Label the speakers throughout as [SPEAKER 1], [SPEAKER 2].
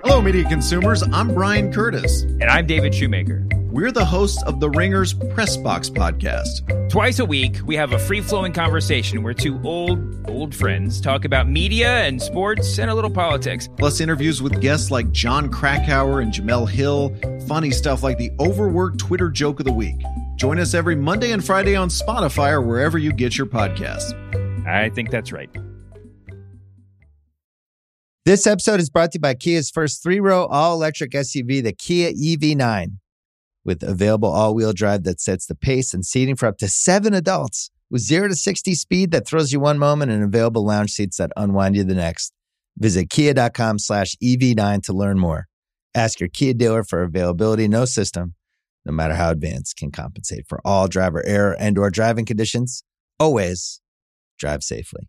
[SPEAKER 1] Hello, media consumers. I'm Brian Curtis.
[SPEAKER 2] And I'm David Shoemaker.
[SPEAKER 1] We're the hosts of the Ringers Press Box podcast.
[SPEAKER 2] Twice a week, we have a free flowing conversation where two old, old friends talk about media and sports and a little politics.
[SPEAKER 1] Plus, interviews with guests like John Krakauer and Jamel Hill, funny stuff like the overworked Twitter joke of the week. Join us every Monday and Friday on Spotify or wherever you get your podcasts.
[SPEAKER 2] I think that's right.
[SPEAKER 3] This episode is brought to you by Kia's first three row all electric SUV, the Kia EV9, with available all wheel drive that sets the pace and seating for up to seven adults, with 0 to 60 speed that thrills you one moment and available lounge seats that unwind you the next. Visit kia.com slash EV9 to learn more. Ask your Kia dealer for availability. No system, no matter how advanced, can compensate for all driver error and or driving conditions. Always drive safely.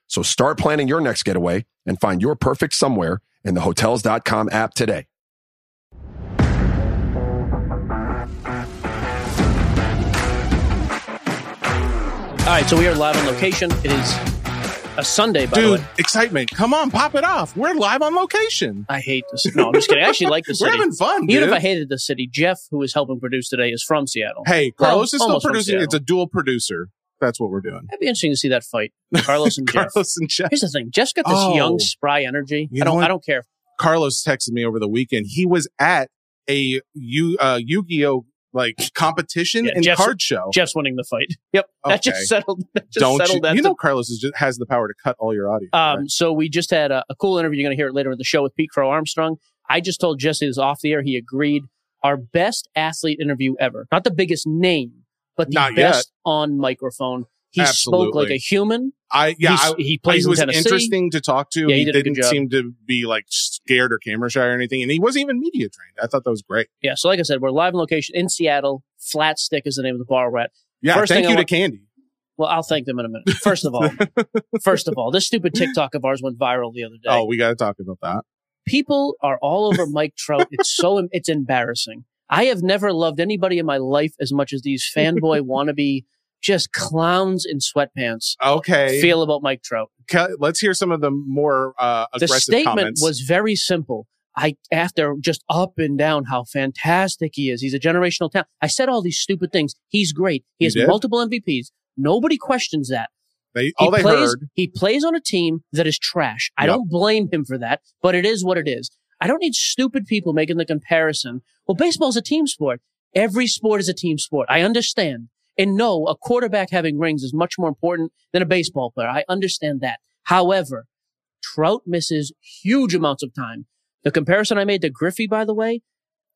[SPEAKER 4] So start planning your next getaway and find your perfect somewhere in the Hotels.com app today.
[SPEAKER 5] All right, so we are live on location. It is a Sunday, by the
[SPEAKER 6] Dude,
[SPEAKER 5] way.
[SPEAKER 6] excitement. Come on, pop it off. We're live on location.
[SPEAKER 5] I hate this. No, I'm just kidding. I actually like the
[SPEAKER 6] We're
[SPEAKER 5] city.
[SPEAKER 6] having fun,
[SPEAKER 5] Even if I
[SPEAKER 6] dude.
[SPEAKER 5] hated the city, Jeff, who is helping produce today, is from Seattle.
[SPEAKER 6] Hey, Carlos
[SPEAKER 5] Well,
[SPEAKER 6] is still
[SPEAKER 5] almost from
[SPEAKER 6] producing.
[SPEAKER 5] Seattle.
[SPEAKER 6] It's a dual producer. That's what we're doing.
[SPEAKER 5] It'd be interesting to see that fight, Carlos and Jeff.
[SPEAKER 6] Carlos and Jeff.
[SPEAKER 5] Here's the thing: Jeff's got this
[SPEAKER 6] Oh.
[SPEAKER 5] young, spry energy.
[SPEAKER 6] You
[SPEAKER 5] I
[SPEAKER 6] know
[SPEAKER 5] don't.
[SPEAKER 6] what?
[SPEAKER 5] I don't care.
[SPEAKER 6] Carlos texted me over the weekend. He was at a Yu uh, Yu-Gi-Oh like competition
[SPEAKER 5] Yeah,
[SPEAKER 6] and
[SPEAKER 5] Jeff's-
[SPEAKER 6] card show.
[SPEAKER 5] Jeff's winning the fight. Yep, that
[SPEAKER 6] Okay.
[SPEAKER 5] just settled. That just
[SPEAKER 6] Don't you,
[SPEAKER 5] settled that.
[SPEAKER 6] you know Carlos is just, has the power to cut all your audio.
[SPEAKER 5] um,
[SPEAKER 6] right?
[SPEAKER 5] So we just had a, a cool interview. You're going to hear it later in the show with Pete Crow Armstrong. I just told Jesse this off the air. He agreed. Our best athlete interview ever. Not the biggest name, but the
[SPEAKER 6] Not yet.
[SPEAKER 5] best on microphone. He spoke
[SPEAKER 6] Absolutely.
[SPEAKER 5] like a human.
[SPEAKER 6] I yeah,
[SPEAKER 5] He's-
[SPEAKER 6] I,
[SPEAKER 5] he
[SPEAKER 6] he
[SPEAKER 5] plays in
[SPEAKER 6] was
[SPEAKER 5] Tennessee.
[SPEAKER 6] interesting to talk to.
[SPEAKER 5] Yeah, he
[SPEAKER 6] he,
[SPEAKER 5] did a good
[SPEAKER 6] didn't
[SPEAKER 5] job.
[SPEAKER 6] seem to be like scared or camera shy or anything, and he wasn't even media trained. I thought that was great.
[SPEAKER 5] Yeah. So, like I said, we're live in location in Seattle. Flat Stick is the name of the bar we're at.
[SPEAKER 6] Yeah,
[SPEAKER 5] First thing
[SPEAKER 6] thank
[SPEAKER 5] I
[SPEAKER 6] you to
[SPEAKER 5] want-
[SPEAKER 6] Candy.
[SPEAKER 5] Well, I'll thank them in a minute. First of all, first of all, this stupid TikTok of ours went viral the other day.
[SPEAKER 6] Oh, we got to talk about that.
[SPEAKER 5] people are all over Mike Trout. It's so it's embarrassing. I have never loved anybody in my life as much as these fanboy wannabe just clowns in sweatpants
[SPEAKER 6] Okay,
[SPEAKER 5] feel about Mike Trout.
[SPEAKER 6] Ke- let's hear some of the more uh,
[SPEAKER 5] The
[SPEAKER 6] aggressive
[SPEAKER 5] statement
[SPEAKER 6] comments.
[SPEAKER 5] was very simple. I after just up and down how fantastic he is. He's a generational talent. I said all these stupid things. He's great. He
[SPEAKER 6] You
[SPEAKER 5] has
[SPEAKER 6] did?
[SPEAKER 5] multiple MVPs. Nobody questions that.
[SPEAKER 6] they,
[SPEAKER 5] He
[SPEAKER 6] all they
[SPEAKER 5] plays,
[SPEAKER 6] heard.
[SPEAKER 5] He plays on a team that is trash. I
[SPEAKER 6] Yep.
[SPEAKER 5] don't blame him for that, but it is what it is. I don't need stupid people making the comparison. Well, baseball's a team sport. Every sport is a team sport. I understand. And no, a quarterback having rings is much more important than a baseball player. I understand that. However, Trout misses huge amounts of time. The comparison I made to Griffey, by the way,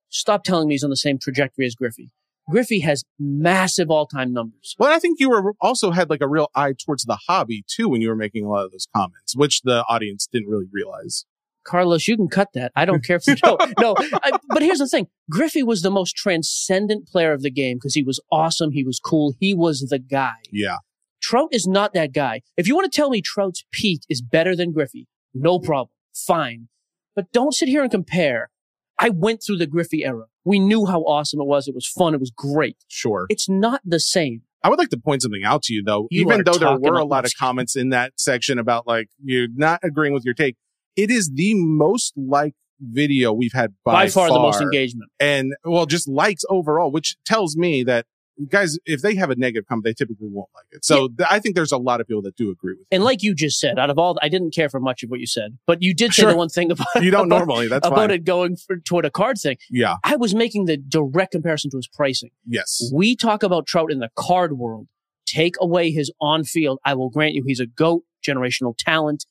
[SPEAKER 5] stop telling me he's on the same trajectory as Griffey. Griffey has massive all-time numbers.
[SPEAKER 6] Well, I think you were also had like a real eye towards the hobby too when you were making a lot of those comments, which the audience didn't really realize.
[SPEAKER 5] Carlos, you can cut that. I don't care if you don't. No, I, but here's the thing. Griffey was the most transcendent player of the game because he was awesome. He was cool. He was the guy.
[SPEAKER 6] Yeah,
[SPEAKER 5] Trout is not that guy. If you want to tell me Trout's peak is better than Griffey, no problem. Fine. But don't sit here and compare. I went through the Griffey era. We knew how awesome it was. It was fun. It was great.
[SPEAKER 6] sure.
[SPEAKER 5] It's not the same.
[SPEAKER 6] I would like to point something out to you though,
[SPEAKER 5] You
[SPEAKER 6] even
[SPEAKER 5] are
[SPEAKER 6] though there
[SPEAKER 5] talking
[SPEAKER 6] were a
[SPEAKER 5] up
[SPEAKER 6] lot
[SPEAKER 5] my
[SPEAKER 6] of
[SPEAKER 5] skin.
[SPEAKER 6] comments in that section about like you're not agreeing with your take. It is the most liked video we've had by,
[SPEAKER 5] By, far, the most engagement.
[SPEAKER 6] and well, just likes overall, which tells me that guys, if they have a negative comment, they typically won't like it. So th- I think there's a lot of people that do agree with
[SPEAKER 5] And like you just said, out of all, I didn't care for much of what you said, but you did say
[SPEAKER 6] Sure.
[SPEAKER 5] the one thing about
[SPEAKER 6] you. You don't
[SPEAKER 5] about,
[SPEAKER 6] normally. That's
[SPEAKER 5] about
[SPEAKER 6] fine.
[SPEAKER 5] it going for, toward a card thing.
[SPEAKER 6] Yeah.
[SPEAKER 5] I was making the direct comparison to his pricing.
[SPEAKER 6] Yes.
[SPEAKER 5] We talk about Trout in the card world. Take away his on field. I will grant you he's a GOAT, generational talent,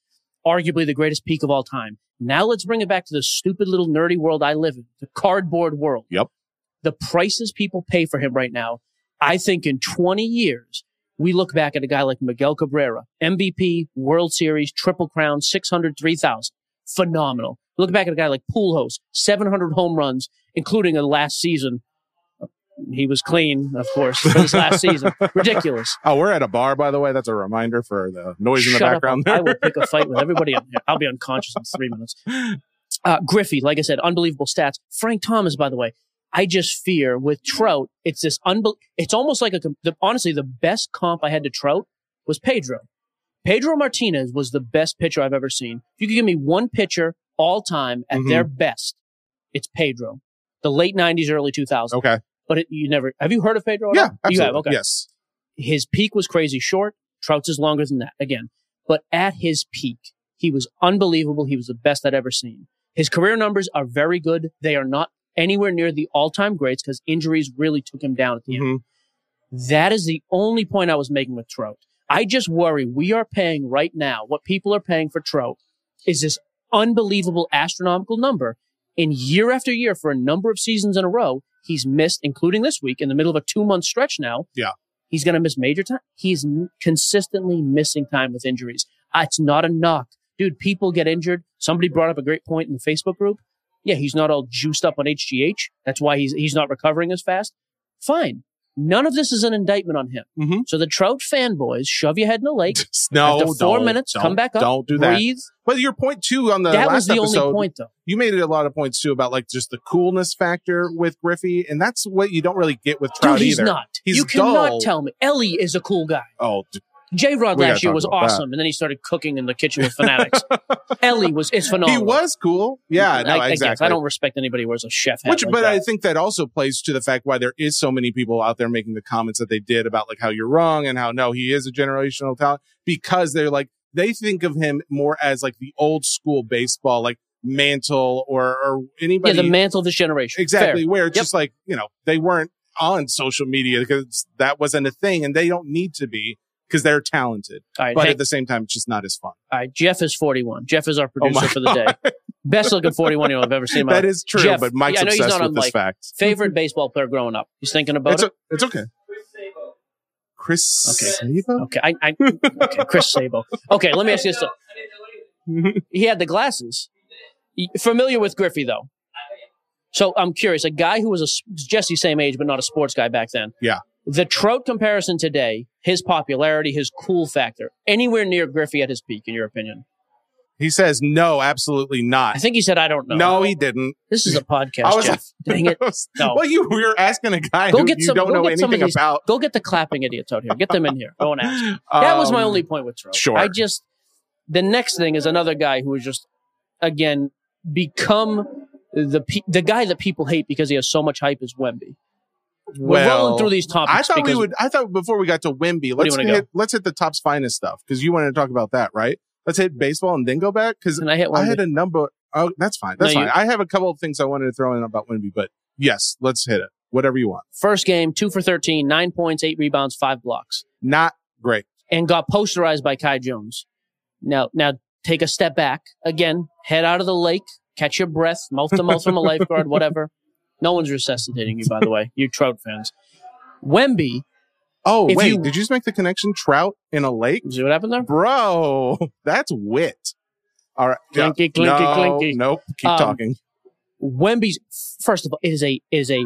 [SPEAKER 5] arguably the greatest peak of all time. Now let's bring it back to the stupid little nerdy world I live in, the cardboard world.
[SPEAKER 6] Yep.
[SPEAKER 5] The prices people pay for him right now, I think in 20 years, we look back at a guy like Miguel Cabrera, MVP, World Series, Triple Crown, 600, 3,000. Phenomenal. Look back at a guy like Pujols, 700 home runs, including a last season. He was clean, of course, for this last season. Ridiculous.
[SPEAKER 6] Oh, we're at a bar, by the way. That's a reminder for the noise in the
[SPEAKER 5] Shut up.
[SPEAKER 6] background
[SPEAKER 5] I
[SPEAKER 6] there.
[SPEAKER 5] will pick a fight with everybody up here. I'll be unconscious in three minutes. Uh, Griffey, like I said, unbelievable stats. Frank Thomas, by the way, I just fear with Trout, it's this unbel- It's almost like a com- the, honestly the best comp I had to Trout was Pedro. Pedro Martinez was the best pitcher I've ever seen. If you could give me one pitcher all time at
[SPEAKER 6] Mhm.
[SPEAKER 5] their best, it's Pedro. The late '90s, early 2000s.
[SPEAKER 6] Okay.
[SPEAKER 5] But it, you never have you heard of Pedro? at
[SPEAKER 6] Oh. Yeah,
[SPEAKER 5] all? You
[SPEAKER 6] absolutely.
[SPEAKER 5] have, okay
[SPEAKER 6] Yes.
[SPEAKER 5] his peak was crazy short. Trout's is longer than that again. But at his peak, he was unbelievable. He was the best I'd ever seen. His career numbers are very good. They are not anywhere near the all time greats because injuries really took him down at the end.
[SPEAKER 6] Mhm.
[SPEAKER 5] That is the only point I was making with Trout. I just worry we are paying right now what people are paying for Trout is this unbelievable astronomical number. And year after year, for a number of seasons in a row, he's missed, including this week, in the middle of a two month stretch now.
[SPEAKER 6] Yeah.
[SPEAKER 5] He's going to miss major time. He's m- consistently missing time with injuries. Uh, It's not a knock. Dude, people get injured. Somebody brought up a great point in the Facebook group. Yeah, he's not all juiced up on HGH. That's why he's, he's not recovering as fast. Fine. None of this is an indictment on him.
[SPEAKER 6] Mhm.
[SPEAKER 5] So the Trout fanboys, shove your head in the lake.
[SPEAKER 6] No.
[SPEAKER 5] After 4
[SPEAKER 6] don't-
[SPEAKER 5] minutes,
[SPEAKER 6] don't-
[SPEAKER 5] come back up.
[SPEAKER 6] Don't do that.
[SPEAKER 5] Breathe.
[SPEAKER 6] But your point too on the
[SPEAKER 5] that
[SPEAKER 6] last
[SPEAKER 5] was the
[SPEAKER 6] episode,
[SPEAKER 5] only point, though.
[SPEAKER 6] you made a lot of points too about like just the coolness factor with Griffey, and that's what you don't really get with Trout
[SPEAKER 5] Dude, he's
[SPEAKER 6] either.
[SPEAKER 5] not.
[SPEAKER 6] He's
[SPEAKER 5] you cannot
[SPEAKER 6] dull.
[SPEAKER 5] tell me. Ellie is a cool guy.
[SPEAKER 6] Oh, d-
[SPEAKER 5] J Rod
[SPEAKER 6] We gotta
[SPEAKER 5] last year
[SPEAKER 6] talk
[SPEAKER 5] was
[SPEAKER 6] about that.
[SPEAKER 5] awesome, and then he started cooking in the kitchen with fanatics. Ellie was is phenomenal.
[SPEAKER 6] he was cool. Yeah,
[SPEAKER 5] And
[SPEAKER 6] no,
[SPEAKER 5] I, I guess
[SPEAKER 6] exactly.
[SPEAKER 5] I don't respect anybody who wears a chef hat.
[SPEAKER 6] Which,
[SPEAKER 5] like
[SPEAKER 6] but
[SPEAKER 5] that.
[SPEAKER 6] I think that also plays to the fact why there is so many people out there making the comments that they did about like how you're wrong and how no, he is a generational talent because they're like they think of him more as like the old school baseball, like Mantle or or
[SPEAKER 5] yeah,
[SPEAKER 6] anybody
[SPEAKER 5] the mantle of this generation.
[SPEAKER 6] exactly
[SPEAKER 5] Fair.
[SPEAKER 6] where it's
[SPEAKER 5] Yep.
[SPEAKER 6] just like you know they weren't on social media because that wasn't a thing and they don't need to be because they're talented
[SPEAKER 5] All right,
[SPEAKER 6] but
[SPEAKER 5] hey,
[SPEAKER 6] at the same time it's just not as fun
[SPEAKER 5] all right, Jeff is forty-one. Jeff is our producer
[SPEAKER 6] Oh my
[SPEAKER 5] for the day. Best looking forty-one-year-old I've ever seen. in my
[SPEAKER 6] that
[SPEAKER 5] life.
[SPEAKER 6] is true
[SPEAKER 5] Jeff,
[SPEAKER 6] but mike's
[SPEAKER 5] yeah, I know he's
[SPEAKER 6] obsessed
[SPEAKER 5] not
[SPEAKER 6] with
[SPEAKER 5] on,
[SPEAKER 6] this
[SPEAKER 5] like,
[SPEAKER 6] fact
[SPEAKER 5] favorite baseball player growing up. He's thinking about
[SPEAKER 6] it's,
[SPEAKER 5] it.
[SPEAKER 6] o- it's okay chris
[SPEAKER 5] Okay.
[SPEAKER 6] Sabo?
[SPEAKER 5] okay, I, I, okay, Chris Sabo. Okay, let me ask you this. he had the glasses. Y- Familiar with Griffey though. So I'm curious, a guy who was a s- Jesse same age but not a sports guy back then.
[SPEAKER 6] Yeah.
[SPEAKER 5] The Trout comparison today, his popularity, his cool factor, anywhere near Griffey at his peak, in your opinion?
[SPEAKER 6] he says no absolutely
[SPEAKER 5] I
[SPEAKER 6] not
[SPEAKER 5] think he said, "I don't know."
[SPEAKER 6] no. he didn't
[SPEAKER 5] this is a podcast.
[SPEAKER 6] I was
[SPEAKER 5] Jeff. Dang it! No.
[SPEAKER 6] well you were asking a guy
[SPEAKER 5] Go
[SPEAKER 6] who
[SPEAKER 5] get
[SPEAKER 6] you
[SPEAKER 5] some-
[SPEAKER 6] don't
[SPEAKER 5] go
[SPEAKER 6] know
[SPEAKER 5] get some of
[SPEAKER 6] anything
[SPEAKER 5] these-
[SPEAKER 6] about
[SPEAKER 5] Go get the clapping idiots out here. Get them in here. Go and ask. That was my
[SPEAKER 6] Um,
[SPEAKER 5] only point with Trout.
[SPEAKER 6] sure.
[SPEAKER 5] I just the next thing is another guy who is just again become the pe- the guy that people hate because he has so much hype is Wemby. We're rolling
[SPEAKER 6] well,
[SPEAKER 5] through these topics.
[SPEAKER 6] I thought we
[SPEAKER 5] because-
[SPEAKER 6] would. I thought before we got to Wimby,
[SPEAKER 5] Where do you
[SPEAKER 6] let's
[SPEAKER 5] wanna go?
[SPEAKER 6] hit, let's hit the top's finest stuff because you wanted to talk about that, right? Let's hit baseball and then go back because
[SPEAKER 5] And I hit
[SPEAKER 6] I
[SPEAKER 5] one.
[SPEAKER 6] had a number. Oh, that's fine. That's
[SPEAKER 5] No,
[SPEAKER 6] fine.
[SPEAKER 5] you-
[SPEAKER 6] I have a couple of things I wanted to throw in about Wimby, but yes, let's hit it. Whatever you want.
[SPEAKER 5] First game, two for 13, nine points, eight rebounds, five blocks,
[SPEAKER 6] Not great.
[SPEAKER 5] and got posterized by Kai Jones. Now, now take a step back. Again, head out of the lake, catch your breath, mouth to mouth from a lifeguard, whatever. No one's resuscitating you, by the way. You Trout fans. Wemby,
[SPEAKER 6] Oh
[SPEAKER 5] If
[SPEAKER 6] wait,
[SPEAKER 5] you-
[SPEAKER 6] did you just make the connection? Trout in a lake,
[SPEAKER 5] see what happened there?
[SPEAKER 6] bro. That's wit. All right.
[SPEAKER 5] Clinky, clinky,
[SPEAKER 6] no,
[SPEAKER 5] clinky.
[SPEAKER 6] Nope. Keep
[SPEAKER 5] Um,
[SPEAKER 6] talking.
[SPEAKER 5] Wemby's first of all it is a it is a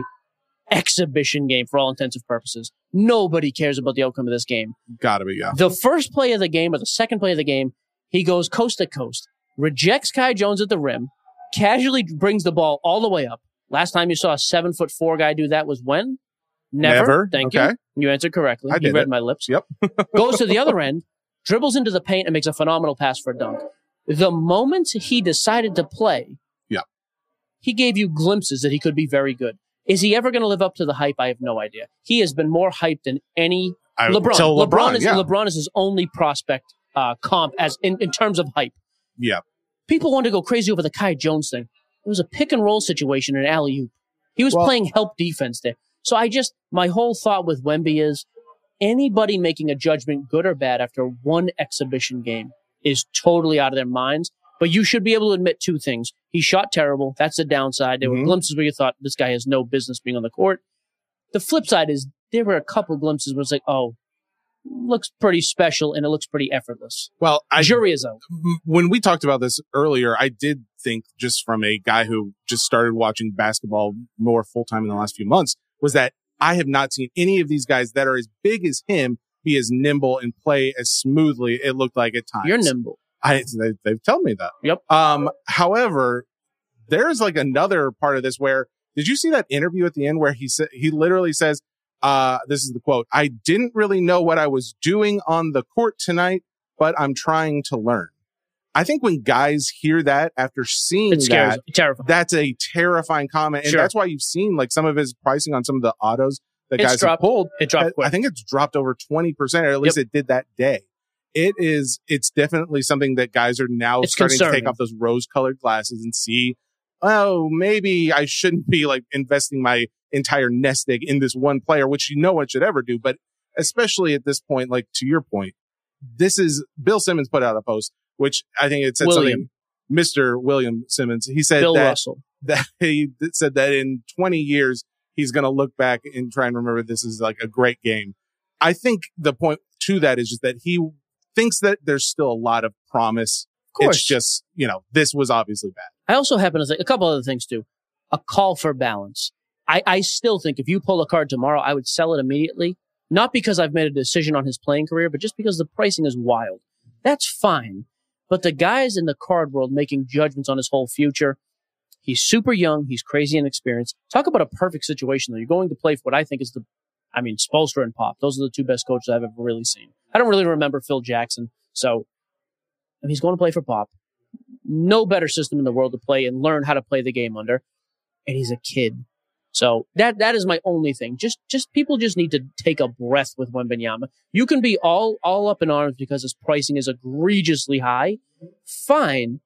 [SPEAKER 5] exhibition game for all intents and purposes. Nobody cares about the outcome of this game.
[SPEAKER 6] Gotta be yeah.
[SPEAKER 5] The first play of the game or the second play of the game, he goes coast to coast, rejects Kai Jones at the rim, casually brings the ball all the way up. Last time you saw a seven foot four guy do that was when? Never.
[SPEAKER 6] Never.
[SPEAKER 5] Thank
[SPEAKER 6] Okay.
[SPEAKER 5] you. You answered correctly.
[SPEAKER 6] I
[SPEAKER 5] you
[SPEAKER 6] did
[SPEAKER 5] read
[SPEAKER 6] it.
[SPEAKER 5] my lips.
[SPEAKER 6] Yep.
[SPEAKER 5] goes to the other end, dribbles into the paint, and makes a phenomenal pass for a dunk. The moment he decided to play,
[SPEAKER 6] Yeah.
[SPEAKER 5] he gave you glimpses that he could be very good. Is he ever going to live up to the hype? I have no idea. He has been more hyped than any
[SPEAKER 6] I-
[SPEAKER 5] LeBron.
[SPEAKER 6] till
[SPEAKER 5] LeBron,
[SPEAKER 6] LeBron,
[SPEAKER 5] is
[SPEAKER 6] yeah.
[SPEAKER 5] LeBron is his only prospect uh, comp as in, in terms of hype.
[SPEAKER 6] Yeah.
[SPEAKER 5] People want to go crazy over the Kai Jones thing. It was a pick and roll situation in alley oop. He was
[SPEAKER 6] Well-
[SPEAKER 5] playing help defense there. So I just my whole thought with Wemby is anybody making a judgment, good or bad, after one exhibition game is totally out of their minds. But you should be able to admit two things. He shot terrible. That's the downside. There were
[SPEAKER 6] Mhm.
[SPEAKER 5] glimpses where you thought this guy has no business being on the court. The flip side is there were a couple glimpses where it's like, oh, looks pretty special and it looks pretty effortless.
[SPEAKER 6] Well, I
[SPEAKER 5] Jury is out.
[SPEAKER 6] m- when we talked about this earlier, I did think just from a guy who just started watching basketball more full time in the last few months was that I have not seen any of these guys that are as big as him be as nimble and play as smoothly. It looked like at times.
[SPEAKER 5] You're nimble.
[SPEAKER 6] I they, they've told me that.
[SPEAKER 5] Yep.
[SPEAKER 6] Um. However, there's like another part of this where did you see that interview at the end where he said he literally says, "Uh, this is the quote. I didn't really know what I was doing on the court tonight, but I'm trying to learn." I think when guys hear that after seeing
[SPEAKER 5] It
[SPEAKER 6] that,
[SPEAKER 5] scares me. Terrifying.
[SPEAKER 6] that's a terrifying comment, and
[SPEAKER 5] Sure.
[SPEAKER 6] that's why you've seen like some of his pricing on some of the autos that
[SPEAKER 5] It's
[SPEAKER 6] guys have
[SPEAKER 5] dropped.
[SPEAKER 6] pulled.
[SPEAKER 5] It dropped
[SPEAKER 6] I-
[SPEAKER 5] quick.
[SPEAKER 6] I think it's dropped over 20%, or at least it did that day. It is, it's definitely something that guys are now
[SPEAKER 5] It's
[SPEAKER 6] starting to
[SPEAKER 5] concerning.
[SPEAKER 6] take off those rose colored glasses and see, oh, maybe I shouldn't be like investing my entire nest egg in this one player, which you no one should ever do. But especially at this point, like to your point, this is Bill Simmons put out a post, which I think it said
[SPEAKER 5] William.
[SPEAKER 6] something, Mr. William Simmons. He said
[SPEAKER 5] Bill
[SPEAKER 6] that
[SPEAKER 5] Russell.
[SPEAKER 6] that he said that in 20 years he's going to look back and try and remember this is like a great game. I think the point to that is just that he thinks that there's still a lot of promise.
[SPEAKER 5] Of course.
[SPEAKER 6] It's just you know this was obviously bad.
[SPEAKER 5] I also happen to think a couple other things too. A call for balance. I, I still think if you pull a card tomorrow, I would sell it immediately. Not because I've made a decision on his playing career, but just because the pricing is wild. That's fine. But the guys in the card world making judgments on his whole future, he's super young. He's crazy inexperienced. Talk about a perfect situation though. You're going to play for what I think is the, I mean, Spolstra and Pop. Those are the two best coaches I've ever really seen. I don't really remember Phil Jackson. So I mean, he's going to play for Pop no better system in the world to play and learn how to play the game under. And he's a kid. So that that is my only thing. Just just people just need to take a breath with Wembenyama. You can be all all up in arms because his pricing is egregiously high. Fine.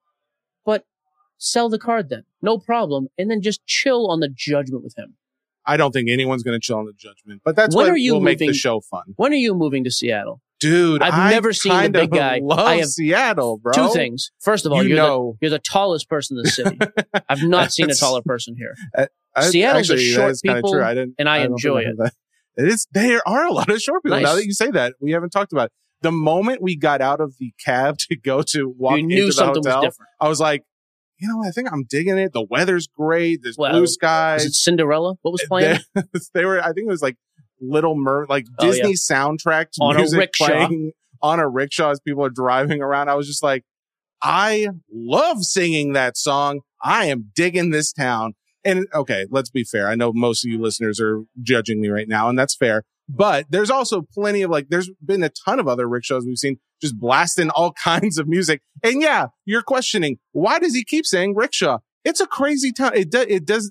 [SPEAKER 5] But sell the card then. No problem. And then just chill on the judgment with him.
[SPEAKER 6] I don't think anyone's going to chill on the judgment, but that's
[SPEAKER 5] When
[SPEAKER 6] what
[SPEAKER 5] are you
[SPEAKER 6] will make the
[SPEAKER 5] moving-
[SPEAKER 6] show fun,
[SPEAKER 5] When are you moving to Seattle?
[SPEAKER 6] dude.
[SPEAKER 5] I've
[SPEAKER 6] I
[SPEAKER 5] never seen the
[SPEAKER 6] kind
[SPEAKER 5] big
[SPEAKER 6] of
[SPEAKER 5] guy.
[SPEAKER 6] Love
[SPEAKER 5] I have
[SPEAKER 6] Seattle, bro.
[SPEAKER 5] Two things. First of all,
[SPEAKER 6] you
[SPEAKER 5] you are
[SPEAKER 6] know,
[SPEAKER 5] the, you're the tallest person in the city. I've not seen a
[SPEAKER 6] That's-
[SPEAKER 5] taller person here.
[SPEAKER 6] I-
[SPEAKER 5] Seattle's a
[SPEAKER 6] actually, that
[SPEAKER 5] short
[SPEAKER 6] is kinda
[SPEAKER 5] people,
[SPEAKER 6] true. I didn't,
[SPEAKER 5] and I
[SPEAKER 6] don't think
[SPEAKER 5] enjoy
[SPEAKER 6] heard that. It is. There are a lot of short people. Now
[SPEAKER 5] Nice.
[SPEAKER 6] that you say that, we haven't talked about it. The moment we got out of the cab to go to walk
[SPEAKER 5] You knew
[SPEAKER 6] into the
[SPEAKER 5] something was
[SPEAKER 6] hotel,
[SPEAKER 5] different.
[SPEAKER 6] I was like, you know, I think I'm digging it. The weather's great. There's
[SPEAKER 5] Well,
[SPEAKER 6] blue
[SPEAKER 5] Is
[SPEAKER 6] skies.
[SPEAKER 5] it Cinderella? What was playing?
[SPEAKER 6] eh, There- they were, I think it was like Little Mer, like
[SPEAKER 5] Oh,
[SPEAKER 6] Disney soundtrack to
[SPEAKER 5] On a
[SPEAKER 6] music
[SPEAKER 5] rickshaw.
[SPEAKER 6] playing on a rickshaw as people are driving around. I was just like, I love singing that song. I am digging this town. And okay, let's be fair. I know most of you listeners are judging me right now, and that's fair. But there's also plenty of like, there's been a ton of other rickshaws we've seen just blasting all kinds of music. And yeah, you're questioning why does he keep saying rickshaw? It's a crazy town. It does. It does.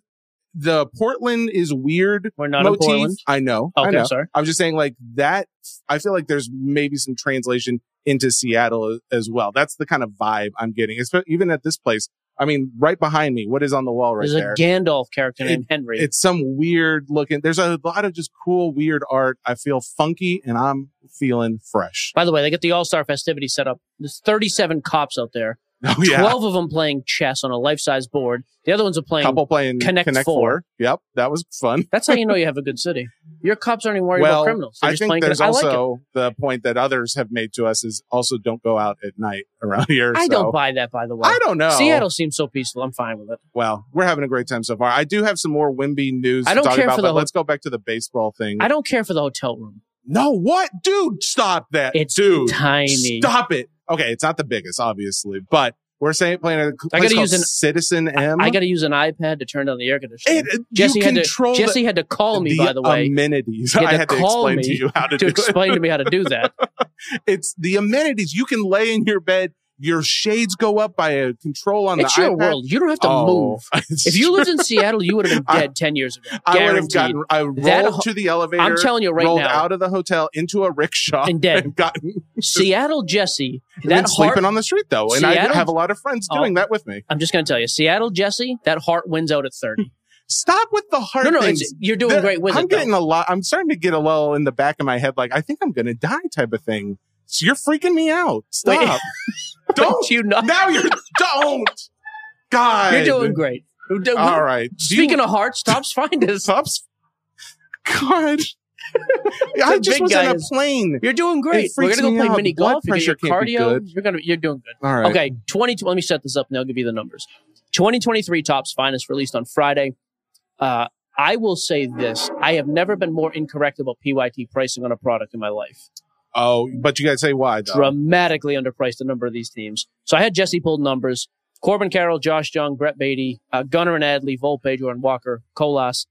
[SPEAKER 6] The Portland is weird
[SPEAKER 5] We're not in
[SPEAKER 6] motif.
[SPEAKER 5] Portland.
[SPEAKER 6] I know. I
[SPEAKER 5] Okay,
[SPEAKER 6] know.
[SPEAKER 5] I'm sorry.
[SPEAKER 6] I'm just saying like that. I feel like there's maybe some translation into Seattle a- as well. That's the kind of vibe I'm getting. It's, even at this place, I mean, right behind me, what is on the wall right
[SPEAKER 5] There's
[SPEAKER 6] there?
[SPEAKER 5] a Gandalf character named Henry.
[SPEAKER 6] it's some weird looking. There's a lot of just cool, weird art. I feel funky and I'm feeling fresh.
[SPEAKER 5] By the way, they get the All Star festivity set up. There's 37 cops out there.
[SPEAKER 6] Oh yeah.
[SPEAKER 5] 12 of them playing chess on a life size board. The other ones are playing.
[SPEAKER 6] Couple playing
[SPEAKER 5] Connect Four.
[SPEAKER 6] Yep, that was fun.
[SPEAKER 5] That's how you know you have a good city. Your cops aren't even worried about
[SPEAKER 6] Well,
[SPEAKER 5] criminals. They're
[SPEAKER 6] I
[SPEAKER 5] just
[SPEAKER 6] think
[SPEAKER 5] playing.
[SPEAKER 6] there's
[SPEAKER 5] I like it.
[SPEAKER 6] also the point that others have made to us is also don't go out at night around here.
[SPEAKER 5] I
[SPEAKER 6] so-
[SPEAKER 5] don't buy that, by the way.
[SPEAKER 6] I don't know.
[SPEAKER 5] Seattle seems so peaceful. I'm fine with it.
[SPEAKER 6] Well, we're having a great time so far. I do have some more Wimby news
[SPEAKER 5] I
[SPEAKER 6] to
[SPEAKER 5] don't
[SPEAKER 6] talk
[SPEAKER 5] care
[SPEAKER 6] about,
[SPEAKER 5] for
[SPEAKER 6] but
[SPEAKER 5] the whole-
[SPEAKER 6] let's go back to the baseball thing.
[SPEAKER 5] I don't care for the hotel room.
[SPEAKER 6] no, what? Dude, stop that.
[SPEAKER 5] It's
[SPEAKER 6] Dude,
[SPEAKER 5] tiny.
[SPEAKER 6] stop it. Okay, it's not the biggest, obviously, but we're saying playing at a
[SPEAKER 5] I
[SPEAKER 6] place
[SPEAKER 5] gotta
[SPEAKER 6] called
[SPEAKER 5] use an-
[SPEAKER 6] Citizen M.
[SPEAKER 5] I got to use an iPad to turn down the air conditioner.
[SPEAKER 6] It- you
[SPEAKER 5] Jesse had to.
[SPEAKER 6] control the-
[SPEAKER 5] Jesse had to call me,
[SPEAKER 6] the
[SPEAKER 5] by the way,
[SPEAKER 6] amenities.
[SPEAKER 5] You had
[SPEAKER 6] I
[SPEAKER 5] to
[SPEAKER 6] had to
[SPEAKER 5] call
[SPEAKER 6] explain
[SPEAKER 5] me
[SPEAKER 6] to you how to,
[SPEAKER 5] to
[SPEAKER 6] do
[SPEAKER 5] explain to me how to do that.
[SPEAKER 6] it. It's the amenities. You can lay in your bed. Your shades go up by a control on
[SPEAKER 5] it's
[SPEAKER 6] the
[SPEAKER 5] your
[SPEAKER 6] iPad.
[SPEAKER 5] world. You don't have to
[SPEAKER 6] Oh,
[SPEAKER 5] move. If you lived in Seattle, you would have been
[SPEAKER 6] I-
[SPEAKER 5] dead 10 years ago.
[SPEAKER 6] I would have
[SPEAKER 5] Guaranteed.
[SPEAKER 6] gotten. I rolled
[SPEAKER 5] That ho-
[SPEAKER 6] to the elevator.
[SPEAKER 5] I'm telling you right
[SPEAKER 6] rolled
[SPEAKER 5] now.
[SPEAKER 6] out of the hotel into a rickshaw
[SPEAKER 5] And dead.
[SPEAKER 6] gotten
[SPEAKER 5] Seattle Jesse.
[SPEAKER 6] been
[SPEAKER 5] That heart,
[SPEAKER 6] sleeping on the street though, and I
[SPEAKER 5] Seattle-
[SPEAKER 6] have a lot of friends
[SPEAKER 5] Oh.
[SPEAKER 6] doing that with me.
[SPEAKER 5] I'm just going to tell you, Seattle Jesse, that heart wins out at 30.
[SPEAKER 6] Stop with the hard
[SPEAKER 5] no, no,
[SPEAKER 6] things.
[SPEAKER 5] it's, you're doing
[SPEAKER 6] That-
[SPEAKER 5] great with
[SPEAKER 6] I'm
[SPEAKER 5] it. though.
[SPEAKER 6] getting a lot. I'm starting to get a little in the back of my head, like I think I'm going to die, type of thing. So you're freaking me out.
[SPEAKER 5] Wait.
[SPEAKER 6] Stop. don't.
[SPEAKER 5] Don't you know?
[SPEAKER 6] now you're don't. God,
[SPEAKER 5] You're doing great. We're do-
[SPEAKER 6] All right. Do you-
[SPEAKER 5] Speaking of hearts, Topps find us.
[SPEAKER 6] Tops. God, I
[SPEAKER 5] big
[SPEAKER 6] just was
[SPEAKER 5] guy
[SPEAKER 6] on a
[SPEAKER 5] is-
[SPEAKER 6] plane.
[SPEAKER 5] You're doing great.
[SPEAKER 6] It
[SPEAKER 5] We're
[SPEAKER 6] freaks
[SPEAKER 5] gonna go
[SPEAKER 6] me
[SPEAKER 5] play
[SPEAKER 6] out.
[SPEAKER 5] mini
[SPEAKER 6] Blood
[SPEAKER 5] golf. You're
[SPEAKER 6] pressure
[SPEAKER 5] your
[SPEAKER 6] can't be
[SPEAKER 5] cardio.
[SPEAKER 6] good.
[SPEAKER 5] You're gonna you're doing good.
[SPEAKER 6] All right.
[SPEAKER 5] Okay, 22. Let me set this up and I'll give you the numbers. 2023 Tops Finest released on Friday. Uh, I will say this I have never been more incorrect about PYT pricing on a product in my life.
[SPEAKER 6] Oh, but you guys say why though?
[SPEAKER 5] Dramatically underpriced a number of these teams. So I had Jesse pulled numbers Corbin Carroll, Josh Jung, Brett Beatty, uh, Gunnar and Adley, Volpe, Jordan Walker, Kolas,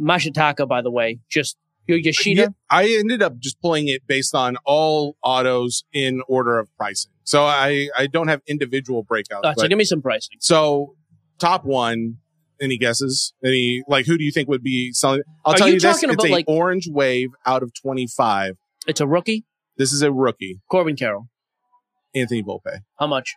[SPEAKER 5] Mashitaka, by the way, just your Yoshida.
[SPEAKER 6] Yeah, I ended up just pulling it based on all autos in order of pricing. So I I don't have individual breakouts.
[SPEAKER 5] Uh, so
[SPEAKER 6] but-
[SPEAKER 5] give me some pricing.
[SPEAKER 6] so top one. Any guesses? Any like who do you think would be selling? I'll
[SPEAKER 5] Are
[SPEAKER 6] tell
[SPEAKER 5] you
[SPEAKER 6] you, this.
[SPEAKER 5] talking
[SPEAKER 6] It's
[SPEAKER 5] about,
[SPEAKER 6] a
[SPEAKER 5] like-
[SPEAKER 6] orange wave out of twenty five.
[SPEAKER 5] It's a rookie,
[SPEAKER 6] This is a rookie,
[SPEAKER 5] Corbin Carroll.
[SPEAKER 6] Anthony Volpe,
[SPEAKER 5] How much?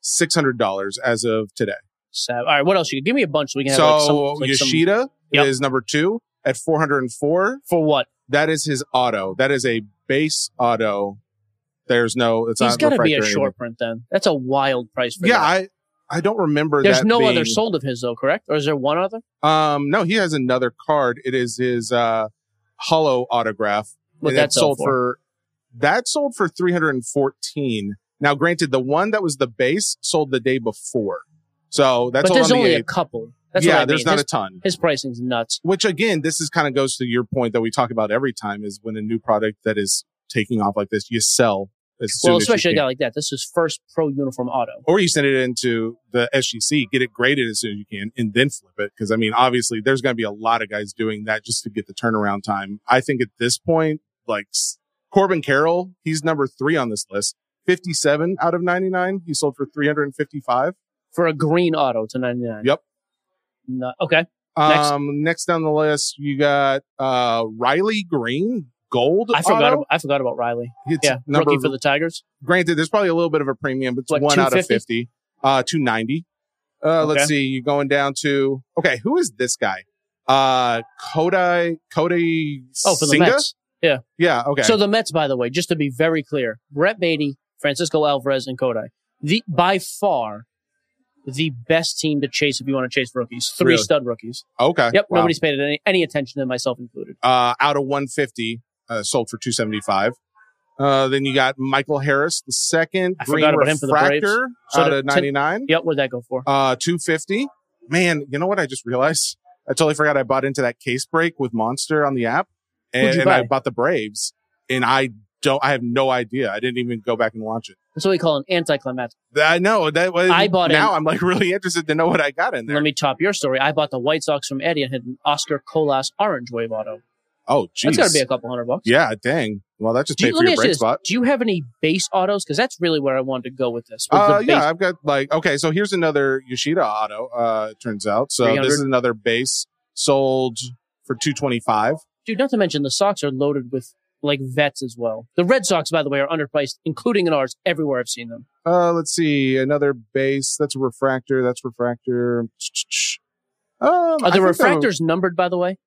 [SPEAKER 6] six hundred dollars as of today.
[SPEAKER 5] Seven. All right, what else? You give me a bunch so we can have
[SPEAKER 6] So
[SPEAKER 5] like some, like some-
[SPEAKER 6] Yoshida
[SPEAKER 5] Yep.
[SPEAKER 6] is number two at four hundred and four.
[SPEAKER 5] for what?
[SPEAKER 6] That is his auto. That is a base auto. There's no. It's
[SPEAKER 5] He's
[SPEAKER 6] not
[SPEAKER 5] got to be a
[SPEAKER 6] refractor or anything.
[SPEAKER 5] short print then. That's a wild price for
[SPEAKER 6] Yeah,
[SPEAKER 5] that.
[SPEAKER 6] I I don't remember.
[SPEAKER 5] There's
[SPEAKER 6] that
[SPEAKER 5] no
[SPEAKER 6] being-
[SPEAKER 5] other sold of his though, correct? Or is there one other?
[SPEAKER 6] Um, no, he has another card. It is his uh hollow autograph.
[SPEAKER 5] What
[SPEAKER 6] And
[SPEAKER 5] that sold for?
[SPEAKER 6] That sold for three hundred and fourteen. Now, granted, the one that was the base sold the day before, so that's
[SPEAKER 5] but
[SPEAKER 6] all
[SPEAKER 5] there's
[SPEAKER 6] on the
[SPEAKER 5] only a
[SPEAKER 6] eighth.
[SPEAKER 5] couple. That's
[SPEAKER 6] yeah,
[SPEAKER 5] what I
[SPEAKER 6] there's
[SPEAKER 5] mean.
[SPEAKER 6] not
[SPEAKER 5] his,
[SPEAKER 6] a ton.
[SPEAKER 5] his pricing's nuts.
[SPEAKER 6] Which again, this is kind of goes to your point that we talk about every time is when a new product that is taking off like this, you sell as soon
[SPEAKER 5] Well,
[SPEAKER 6] as
[SPEAKER 5] especially
[SPEAKER 6] you
[SPEAKER 5] a
[SPEAKER 6] can.
[SPEAKER 5] guy like that. This is first pro uniform auto.
[SPEAKER 6] or you send it into the SGC, get it graded as soon as you can, and then flip it. Because I mean, obviously, there's going to be a lot of guys doing that just to get the turnaround time. I think at this point, like s- Corbin Carroll, he's number three on this list, 57 out of 99. He sold for 355.
[SPEAKER 5] For a green auto to 99.
[SPEAKER 6] Yep.
[SPEAKER 5] Nut- okay. Next.
[SPEAKER 6] Um, next down the list, you got uh Riley Green, gold.
[SPEAKER 5] I forgot
[SPEAKER 6] auto.
[SPEAKER 5] ab- I forgot about Riley.
[SPEAKER 6] It's
[SPEAKER 5] Yeah.
[SPEAKER 6] number
[SPEAKER 5] Rookie for the Tigers.
[SPEAKER 6] granted, there's probably a little bit of a premium, but it's
[SPEAKER 5] Like
[SPEAKER 6] one out of
[SPEAKER 5] 250?
[SPEAKER 6] 50, uh, 290. Uh, let's
[SPEAKER 5] Okay.
[SPEAKER 6] see, you're going down to, okay, who is this guy? Uh, Kodai, Kodai
[SPEAKER 5] Oh, for the
[SPEAKER 6] Singa?
[SPEAKER 5] Mets.
[SPEAKER 6] Yeah, okay.
[SPEAKER 5] So the Mets, by the way, just to be very clear, Brett Beatty, Francisco Alvarez, and Kodai, the by far the best team to chase if you want to chase rookies. Three
[SPEAKER 6] Really?
[SPEAKER 5] stud rookies.
[SPEAKER 6] okay.
[SPEAKER 5] Yep,
[SPEAKER 6] wow.
[SPEAKER 5] nobody's paid it any, any attention to myself included.
[SPEAKER 6] Uh, out of 150, uh, sold for 275. Uh, then you got Michael Harris, the second
[SPEAKER 5] I
[SPEAKER 6] green
[SPEAKER 5] forgot about him for the Braves.
[SPEAKER 6] refractor
[SPEAKER 5] So
[SPEAKER 6] out
[SPEAKER 5] the
[SPEAKER 6] of
[SPEAKER 5] ten-
[SPEAKER 6] 99.
[SPEAKER 5] Yep, what'd that go for?
[SPEAKER 6] Uh, 250. Man, you know what I just realized? I totally forgot I bought into that case break with Monster on the app
[SPEAKER 5] Who'd
[SPEAKER 6] and,
[SPEAKER 5] you
[SPEAKER 6] and I
[SPEAKER 5] buy?
[SPEAKER 6] bought the Braves and I don't, I have no idea. I didn't even go back and watch it.
[SPEAKER 5] That's what we call an anticlimactic.
[SPEAKER 6] I know that was,
[SPEAKER 5] I bought
[SPEAKER 6] now
[SPEAKER 5] in-
[SPEAKER 6] I'm like really interested to know what I got in there.
[SPEAKER 5] Let me top your story. I bought the White Sox from Eddie and had an Oscar Colas orange wave auto.
[SPEAKER 6] oh,
[SPEAKER 5] That's
[SPEAKER 6] geez.
[SPEAKER 5] got to be a couple hundred bucks.
[SPEAKER 6] yeah, dang. Well, that just
[SPEAKER 5] Do
[SPEAKER 6] paid
[SPEAKER 5] you,
[SPEAKER 6] for
[SPEAKER 5] let me
[SPEAKER 6] your
[SPEAKER 5] ask you
[SPEAKER 6] break
[SPEAKER 5] this.
[SPEAKER 6] spot.
[SPEAKER 5] Do you have any base autos? Because that's really where I wanted to go with this. was the
[SPEAKER 6] Uh,
[SPEAKER 5] base-
[SPEAKER 6] yeah, I've got like, okay, so here's another Yoshida auto, uh, it turns out. So this
[SPEAKER 5] 300.
[SPEAKER 6] is another base sold for 225.
[SPEAKER 5] Dude, not to mention the Sox are loaded with like vets as well. The Red Sox, by the way, are underpriced, including in ours, everywhere I've seen them.
[SPEAKER 6] Uh, let's see. Another base. That's a refractor. That's refractor. Um,
[SPEAKER 5] Are
[SPEAKER 6] I
[SPEAKER 5] the
[SPEAKER 6] think
[SPEAKER 5] refractors numbered, by the way?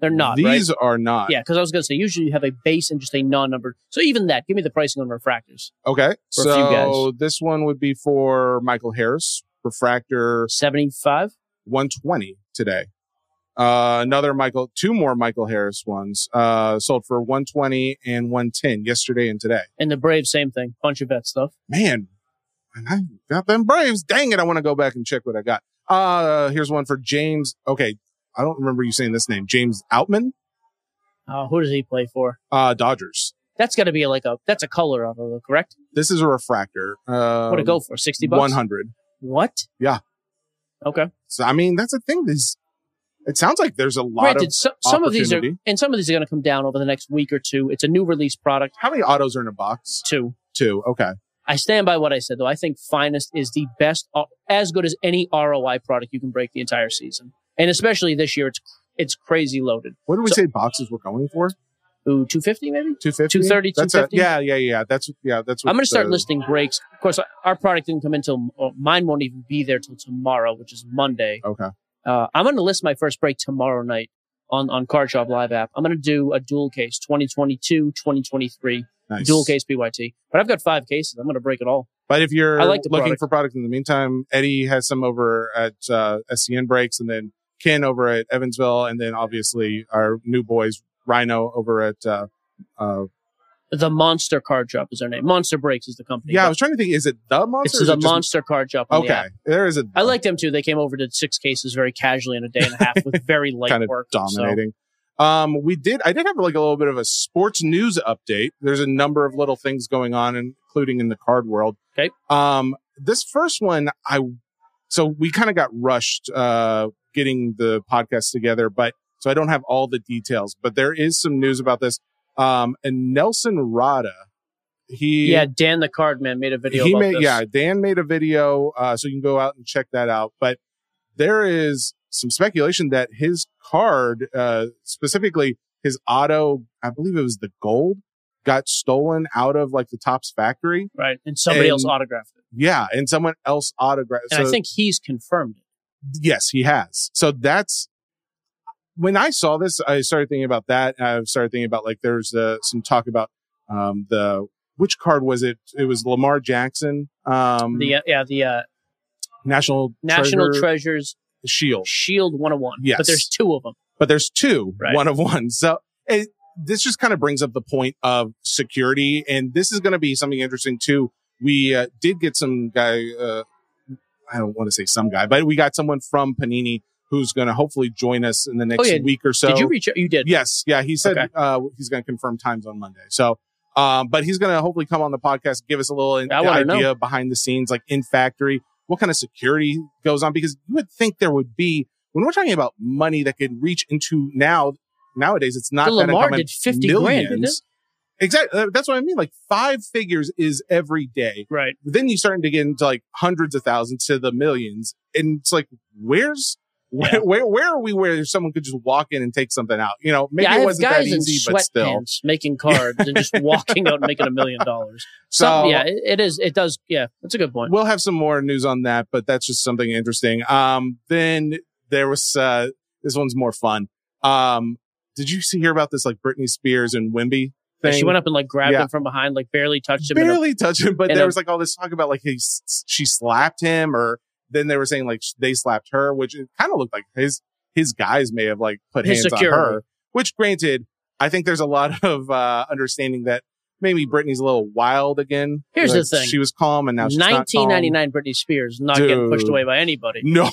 [SPEAKER 5] They're not, right?
[SPEAKER 6] These are not.
[SPEAKER 5] Yeah, because I was going to say usually you have a base and just a non-numbered. So even that, give me the pricing on refractors.
[SPEAKER 6] Okay.
[SPEAKER 5] For a few
[SPEAKER 6] So this one would be for Michael Harris, refractor
[SPEAKER 5] Seventy-five.
[SPEAKER 6] 120 today. Uh, another Michael, two more Michael Harris ones, uh, sold for 120 and 110 yesterday and today.
[SPEAKER 5] And the Braves, same thing. Bunch of vet stuff.
[SPEAKER 6] Man, and I got them Braves. Dang it. I want to go back and check what I got. Uh, here's one for James. Okay. I don't remember you saying this name. James Outman,
[SPEAKER 5] Uh, who does he play for?
[SPEAKER 6] uh, Dodgers.
[SPEAKER 5] That's got to be like a that's a color auto, correct?
[SPEAKER 6] This is a refractor. Uh,
[SPEAKER 5] what to go for? Sixty bucks.
[SPEAKER 6] One hundred.
[SPEAKER 5] What?
[SPEAKER 6] Yeah.
[SPEAKER 5] Okay.
[SPEAKER 6] So I mean, that's the thing. Is it sounds like there's a lot
[SPEAKER 5] Granted,
[SPEAKER 6] of
[SPEAKER 5] so, some of these are
[SPEAKER 6] opportunity.
[SPEAKER 5] and some of these are going to come down over the next week or two. It's a new release product
[SPEAKER 6] how many autos are in a box?
[SPEAKER 5] too.
[SPEAKER 6] Two. Okay.
[SPEAKER 5] I stand by what I said though. I think Finest is the best, au- as good as any ROI product you can break the entire season, and especially this year, it's it's crazy loaded.
[SPEAKER 6] What did we
[SPEAKER 5] So-
[SPEAKER 6] say boxes were going for?
[SPEAKER 5] Ooh, two fifty maybe.
[SPEAKER 6] 250?
[SPEAKER 5] 230,
[SPEAKER 6] That's a,
[SPEAKER 5] 250?
[SPEAKER 6] yeah, yeah, yeah. That's yeah. That's. What
[SPEAKER 5] I'm going to start
[SPEAKER 6] the-
[SPEAKER 5] listing breaks. Of course, our product didn't come in till well, mine won't even be there till tomorrow, which is Monday.
[SPEAKER 6] Okay.
[SPEAKER 5] Uh, I'm going to list my first break tomorrow night on on Card Shop Live app. I'm going to do a dual case 2022, 2023
[SPEAKER 6] Nice.
[SPEAKER 5] dual case BYT. But I've got five cases. I'm going to break it all.
[SPEAKER 6] But if you're
[SPEAKER 5] I like the
[SPEAKER 6] looking
[SPEAKER 5] product.
[SPEAKER 6] for product in the meantime, Eddie has some over at uh, SCN Breaks, and then Ken over at Evansville, and then obviously our new boys Rhino over at uh, uh,
[SPEAKER 5] The Monster Card Shop is their name. Monster Breaks is the company.
[SPEAKER 6] yeah. I
[SPEAKER 5] But
[SPEAKER 6] was trying to think. Is it the monster?
[SPEAKER 5] it's
[SPEAKER 6] or is
[SPEAKER 5] the
[SPEAKER 6] it just-
[SPEAKER 5] Monster Card Shop. On
[SPEAKER 6] Okay,
[SPEAKER 5] okay. The app.
[SPEAKER 6] there is a
[SPEAKER 5] I like them too. They came over did six cases very casually in a day and a half with very light
[SPEAKER 6] kind of
[SPEAKER 5] work. so-
[SPEAKER 6] dominating. Um, we did. I did have like a little bit of a sports news update. There's a number of little things going on, including in the card world.
[SPEAKER 5] Okay.
[SPEAKER 6] Um, this first one, I so we kind of got rushed uh, getting the podcast together, but so I don't have all the details. But there is some news about this. Um, and Nelson Rada, he
[SPEAKER 5] yeah, Dan the Card Man made a video.
[SPEAKER 6] he
[SPEAKER 5] about
[SPEAKER 6] made
[SPEAKER 5] this.
[SPEAKER 6] yeah dan made a video uh, so you can go out and check that out but there is some speculation that his card uh, specifically his auto i believe it was the gold got stolen out of like the tops factory
[SPEAKER 5] right, and somebody
[SPEAKER 6] And-
[SPEAKER 5] else autographed it,
[SPEAKER 6] yeah and someone else autographed
[SPEAKER 5] and
[SPEAKER 6] so-
[SPEAKER 5] I think he's confirmed it.
[SPEAKER 6] yes he has so that's when i saw this i started thinking about that and i started thinking about like there's uh, some talk about um, the which card was it it was lamar jackson um
[SPEAKER 5] The uh, yeah the uh,
[SPEAKER 6] National
[SPEAKER 5] National
[SPEAKER 6] Treasure
[SPEAKER 5] Treasures
[SPEAKER 6] Shield.
[SPEAKER 5] Shield 101.
[SPEAKER 6] Yes.
[SPEAKER 5] But there's two of them.
[SPEAKER 6] But there's two,
[SPEAKER 5] Right.
[SPEAKER 6] one of one. So it, this just kind of brings up the point of security, and this is going to be something interesting too. We uh, did get some guy. Uh, I don't want to say some guy, but we got someone from Panini who's going to hopefully join us in the next
[SPEAKER 5] Oh, yeah.
[SPEAKER 6] week or so.
[SPEAKER 5] did you reach out? You did.
[SPEAKER 6] Yes, yeah, he said
[SPEAKER 5] Okay.
[SPEAKER 6] uh, he's going to confirm times on Monday. So, um, but he's going to hopefully come on the podcast, give us a little in-
[SPEAKER 5] I wanna
[SPEAKER 6] idea
[SPEAKER 5] know.
[SPEAKER 6] behind the scenes, like in factory, what kind of security goes on. Because you would think there would be when we're talking about money that could reach into now nowadays, it's not
[SPEAKER 5] The
[SPEAKER 6] gonna
[SPEAKER 5] Lamar
[SPEAKER 6] come in
[SPEAKER 5] did 50 grand, didn't
[SPEAKER 6] millions. Exactly. That's what I mean. Like five figures is every day.
[SPEAKER 5] Right.
[SPEAKER 6] Then you're starting to get into like hundreds of thousands to the millions, and it's like, where's
[SPEAKER 5] Yeah.
[SPEAKER 6] where, where where are we where someone could just walk in and take something out? You know, maybe
[SPEAKER 5] yeah, I
[SPEAKER 6] it
[SPEAKER 5] have
[SPEAKER 6] wasn't that
[SPEAKER 5] guys
[SPEAKER 6] easy,
[SPEAKER 5] in
[SPEAKER 6] but still.
[SPEAKER 5] sweatpants making cards and just walking out and making a million dollars.
[SPEAKER 6] So
[SPEAKER 5] Some- yeah, it, it is. It does. Yeah, that's a good point.
[SPEAKER 6] we'll have some more news on that, but that's just something interesting. Um, then there was uh, this one's more fun. Um, did you see hear about this like Britney Spears and Wimby
[SPEAKER 5] Yeah,
[SPEAKER 6] thing?
[SPEAKER 5] she went up and like grabbed
[SPEAKER 6] Yeah.
[SPEAKER 5] him from behind, like barely touched him. in a-
[SPEAKER 6] barely touch him, but
[SPEAKER 5] in
[SPEAKER 6] there
[SPEAKER 5] a-
[SPEAKER 6] was like all this talk about like he s- she slapped him, or then they were saying like sh- they slapped her, which it kind of looked like his his guys may have like put
[SPEAKER 5] His
[SPEAKER 6] hands
[SPEAKER 5] security.
[SPEAKER 6] on her. Which, granted, I think there's a lot of uh understanding that maybe Britney's a little wild again.
[SPEAKER 5] Here's the
[SPEAKER 6] Like,
[SPEAKER 5] thing.
[SPEAKER 6] she was calm, and now she's not calm.
[SPEAKER 5] 1999 Britney Spears not getting pushed
[SPEAKER 6] Dude.
[SPEAKER 5] away by anybody.
[SPEAKER 6] No,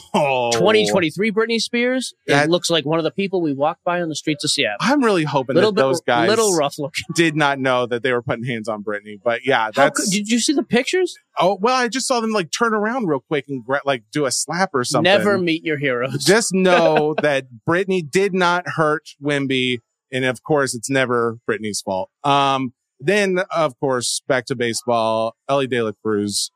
[SPEAKER 5] 2023 Britney Spears it
[SPEAKER 6] That-
[SPEAKER 5] looks like one of the people we walk by on the streets of Seattle.
[SPEAKER 6] I'm really hoping
[SPEAKER 5] little
[SPEAKER 6] that
[SPEAKER 5] bit,
[SPEAKER 6] those guys
[SPEAKER 5] little rough looking.
[SPEAKER 6] did not know that they were putting hands on Britney. But yeah,
[SPEAKER 5] How
[SPEAKER 6] that's
[SPEAKER 5] could, did you see the pictures?
[SPEAKER 6] oh well. I just saw them like turn around real quick and gra- like do a slap or something.
[SPEAKER 5] Never meet your heroes.
[SPEAKER 6] just know that Britney did not hurt Wimby. And of course, it's never Britney's fault. Um, then, of course, back to baseball, Ellie De La Cruz.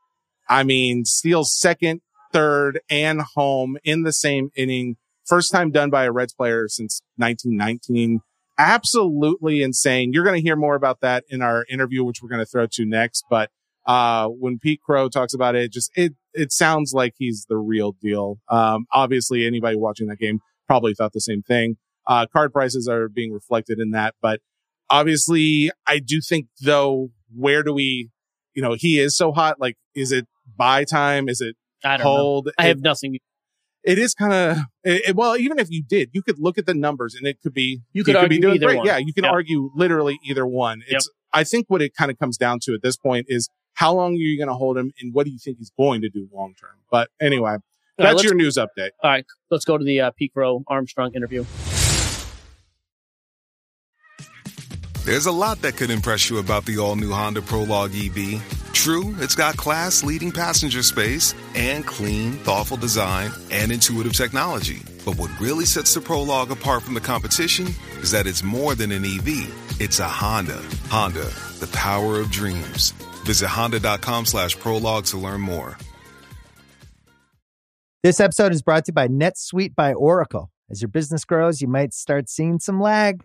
[SPEAKER 6] I mean, steals second, third, and home in the same inning. First time done by a Reds player since 1919. Absolutely insane. You're going to hear more about that in our interview, which we're going to throw to next. But uh, when Pete Crow talks about it, just it it sounds like he's the real deal. Um, obviously, anybody watching that game probably thought the same thing. Uh, card prices are being reflected in that, but obviously, I do think though, where do we, you know, he is so hot. Like, is it buy time? Is it
[SPEAKER 5] I don't know.
[SPEAKER 6] hold?
[SPEAKER 5] I
[SPEAKER 6] It-
[SPEAKER 5] have nothing.
[SPEAKER 6] it is kind of it, it- well even if you did you could look at the numbers and it could be
[SPEAKER 5] You could
[SPEAKER 6] it
[SPEAKER 5] argue either one.
[SPEAKER 6] yeah you can
[SPEAKER 5] Yep.
[SPEAKER 6] argue literally either one it's i think what it kind of comes down to at this point is how long are you going to hold him and what do you think he's going to do long term but anyway
[SPEAKER 5] All right,
[SPEAKER 6] that's
[SPEAKER 5] let's,
[SPEAKER 6] your news update
[SPEAKER 5] all right, let's go to the uh, Pete Crow Armstrong interview.
[SPEAKER 7] There's a lot that could impress you about the all new Honda Prologue EV. True, it's got class leading passenger space and clean, thoughtful design and intuitive technology. But what really sets the Prologue apart from the competition is that it's more than an EV, it's a Honda. Honda, the power of dreams. Visit honda.com slash prologue to learn more.
[SPEAKER 3] This episode is brought to you by NetSuite by Oracle. As your business grows, you might start seeing some lag.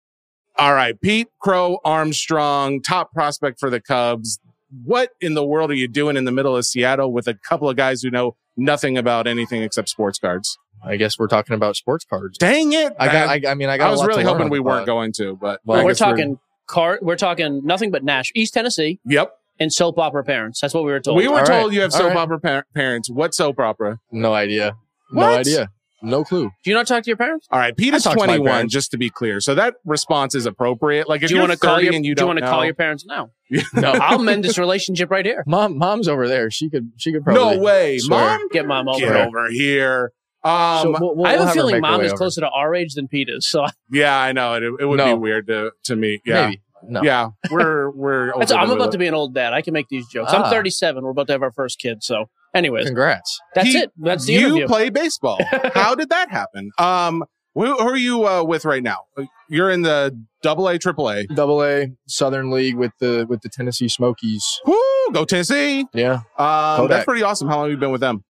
[SPEAKER 6] All right, Pete Crow Armstrong, top prospect for the Cubs. What in the world are you doing in the middle of Seattle with a couple of guys who know nothing about anything except sports cards?
[SPEAKER 8] I guess we're talking about sports cards.
[SPEAKER 6] Dang it!
[SPEAKER 8] I got. I, I mean, I got.
[SPEAKER 6] I was
[SPEAKER 8] a lot
[SPEAKER 6] really
[SPEAKER 8] to
[SPEAKER 6] hoping
[SPEAKER 8] learn, uh,
[SPEAKER 6] we weren't
[SPEAKER 8] but-
[SPEAKER 6] going to, but
[SPEAKER 8] Well, I
[SPEAKER 5] we're
[SPEAKER 8] guess we're-
[SPEAKER 5] talking car. We're talking nothing but Nash, East Tennessee,
[SPEAKER 6] yep,
[SPEAKER 5] and soap opera parents. That's what we were told.
[SPEAKER 6] we were
[SPEAKER 8] All
[SPEAKER 6] told
[SPEAKER 8] right,
[SPEAKER 6] you have
[SPEAKER 8] all
[SPEAKER 6] soap
[SPEAKER 8] right.
[SPEAKER 6] opera par- parents. What soap opera?
[SPEAKER 8] No idea. No
[SPEAKER 6] What?
[SPEAKER 8] idea. No clue.
[SPEAKER 5] Do you not talk to your parents?
[SPEAKER 6] All right, Pete
[SPEAKER 8] I
[SPEAKER 6] is
[SPEAKER 8] talked to my
[SPEAKER 6] 21,
[SPEAKER 8] parents.
[SPEAKER 6] just to be clear. So that response is appropriate. Like, if
[SPEAKER 5] do you
[SPEAKER 6] you're
[SPEAKER 5] want to call
[SPEAKER 6] 30
[SPEAKER 5] your?
[SPEAKER 6] and you
[SPEAKER 5] do you
[SPEAKER 6] don't
[SPEAKER 5] want to call
[SPEAKER 6] know-
[SPEAKER 5] your parents now?
[SPEAKER 8] No.
[SPEAKER 5] I'll mend this relationship right here.
[SPEAKER 8] Mom, mom's over there. She could. She could probably.
[SPEAKER 6] no way,
[SPEAKER 8] swear.
[SPEAKER 6] mom,
[SPEAKER 5] Get mom
[SPEAKER 6] get
[SPEAKER 5] over. here.
[SPEAKER 6] over here. Um,
[SPEAKER 8] So we'll- we'll-
[SPEAKER 5] I have
[SPEAKER 8] we'll
[SPEAKER 5] a
[SPEAKER 8] her
[SPEAKER 5] feeling
[SPEAKER 8] make her
[SPEAKER 5] mom
[SPEAKER 8] way
[SPEAKER 5] is
[SPEAKER 8] over.
[SPEAKER 5] closer to our age than Pete is. So I-
[SPEAKER 6] yeah, I know it. It, would
[SPEAKER 8] No.
[SPEAKER 6] be weird to to me. Yeah,
[SPEAKER 8] Maybe. No.
[SPEAKER 6] yeah, we're
[SPEAKER 8] Oh,
[SPEAKER 6] we're.
[SPEAKER 5] that's,
[SPEAKER 6] older
[SPEAKER 5] I'm
[SPEAKER 6] than we
[SPEAKER 5] about to
[SPEAKER 6] look.
[SPEAKER 5] be an old dad. I can make these jokes.
[SPEAKER 8] Ah.
[SPEAKER 5] I'm 37. We're about to have our first kid. So, anyways,
[SPEAKER 8] Congrats.
[SPEAKER 5] that's
[SPEAKER 6] Pete,
[SPEAKER 5] it. That's the
[SPEAKER 6] you
[SPEAKER 5] interview.
[SPEAKER 6] play baseball. How did that happen? Um, who, who are you uh, with right now? You're in the Double A, Triple A.
[SPEAKER 8] Double A Southern League with the with the Tennessee Smokies.
[SPEAKER 6] Woo, go Tennessee!
[SPEAKER 8] Yeah,
[SPEAKER 6] Um,
[SPEAKER 8] Kodak.
[SPEAKER 6] that's pretty awesome. How long have you been with them?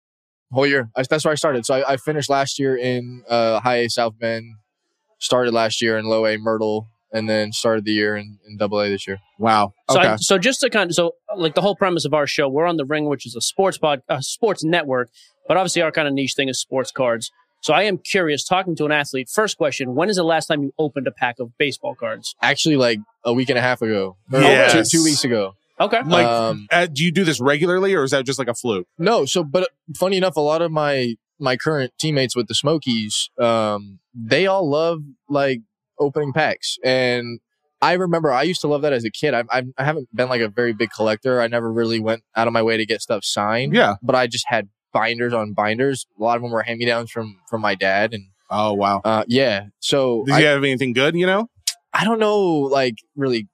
[SPEAKER 8] whole year. I, that's where I started. So I, I finished last year in uh, High A South Bend. Started last year in Low A Myrtle, and then started the year in, in Double A this year.
[SPEAKER 6] Wow.
[SPEAKER 5] So,
[SPEAKER 6] Okay.
[SPEAKER 5] I, so just to kind of, so like the whole premise of our show, we're on the ring, which is a sports pod, a sports network, but obviously our kind of niche thing is sports cards. So I am curious, talking to an athlete. First question: When is the last time you opened a pack of baseball cards?
[SPEAKER 8] Actually, like a week and a half ago, Or
[SPEAKER 6] Yes.
[SPEAKER 8] two, two weeks ago.
[SPEAKER 5] Okay,
[SPEAKER 6] Like-
[SPEAKER 8] um,
[SPEAKER 6] uh, do you do this regularly, or is that just like a fluke?
[SPEAKER 8] no, so but uh, funny enough, a lot of my my current teammates with the Smokies, um, they all love like opening packs, and I remember I used to love that as a kid. I, I, I haven't been like a very big collector. I never really went out of my way to get stuff signed.
[SPEAKER 6] Yeah.
[SPEAKER 8] but I just had binders on binders. A lot of them were hand me downs from from my dad, and
[SPEAKER 6] Oh wow.
[SPEAKER 8] uh, yeah. So
[SPEAKER 6] Did
[SPEAKER 8] I,
[SPEAKER 6] you have anything good? You know.
[SPEAKER 8] I don't know, like really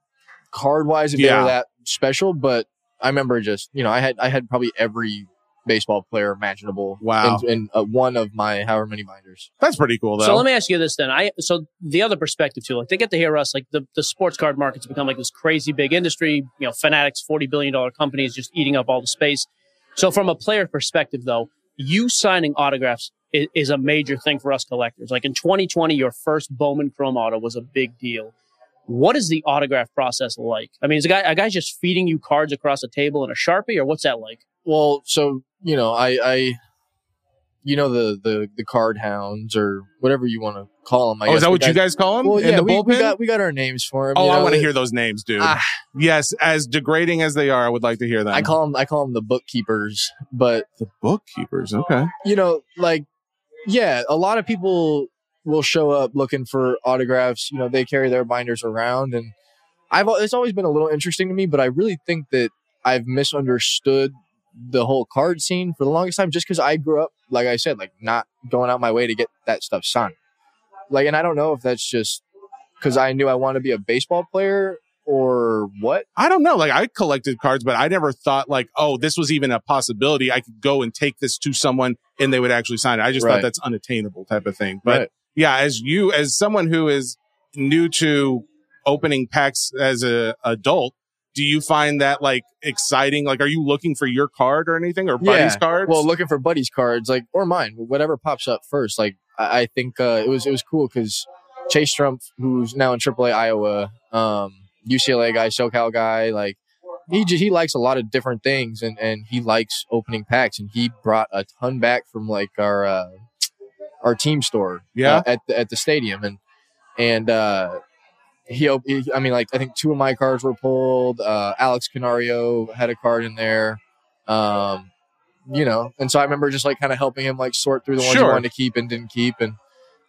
[SPEAKER 8] card wise, if they
[SPEAKER 6] Yeah.
[SPEAKER 8] were that special, but I remember just you know I had I had probably every baseball player imaginable.
[SPEAKER 6] Wow.
[SPEAKER 8] in, in uh, one of my however many binders.
[SPEAKER 6] That's pretty cool though.
[SPEAKER 5] So let me ask you this then. I so the other perspective too, like they get to hear us, like the, the sports card market's become like this crazy big industry, you know, fanatics, forty billion dollar companies just eating up all the space. So from a player perspective though, you signing autographs is, is a major thing for us collectors. Like in twenty twenty, your first Bowman Chrome auto was a big deal. What is the autograph process like? I mean, is a guy a guy's just feeding you cards across a table and a sharpie, or what's that like?
[SPEAKER 8] Well, so you know I I you know the the the card hounds or whatever you want to call them. I
[SPEAKER 6] oh,
[SPEAKER 8] guess
[SPEAKER 6] is that
[SPEAKER 8] the
[SPEAKER 6] what you guys call them?
[SPEAKER 8] Well,
[SPEAKER 6] In
[SPEAKER 8] yeah,
[SPEAKER 6] the
[SPEAKER 8] we,
[SPEAKER 6] bullpen.
[SPEAKER 8] we got we got our names for them.
[SPEAKER 6] oh, I want to hear those names, dude.
[SPEAKER 8] Ah.
[SPEAKER 6] yes, as degrading as they are, I would like to hear them.
[SPEAKER 8] I call them I call them the bookkeepers, but
[SPEAKER 6] the bookkeepers. Okay.
[SPEAKER 8] you know, like, yeah, a lot of people will show up looking for autographs. You know, they carry their binders around, and I've al- it's always been a little interesting to me. But I really think that I've misunderstood the whole card scene for the longest time, just because I grew up, like I said, like not going out my way to get that stuff signed. Like, and I don't know if that's just because I knew I wanted to be a baseball player or what.
[SPEAKER 6] I don't know. Like I collected cards, but I never thought like, oh, this was even a possibility. I could go and take this to someone and they would actually sign it. I just thought
[SPEAKER 8] Right.
[SPEAKER 6] that's unattainable type of thing. But yeah, as you, as someone who is new to opening packs as a adult, do you find that like exciting? Like, are you looking for your card or anything or buddy's
[SPEAKER 8] Yeah.
[SPEAKER 6] cards?
[SPEAKER 8] Well, looking for buddies cards, like or mine, whatever pops up first. Like I, I think uh, it was it was cool because Chase Trump, who's now in AAA Iowa, um, UCLA guy, SoCal guy, like he just, he likes a lot of different things, and and he likes opening packs, and he brought a ton back from like our uh, our team store,
[SPEAKER 6] Yeah.
[SPEAKER 8] uh, at the, at the stadium, and and. uh he, op- he, I mean, like I think two of my cards were pulled. Uh, Alex Canario had a card in there. Um, you know, and so I remember just like kind of helping him like sort through the ones
[SPEAKER 6] Sure.
[SPEAKER 8] he wanted to keep and didn't keep, and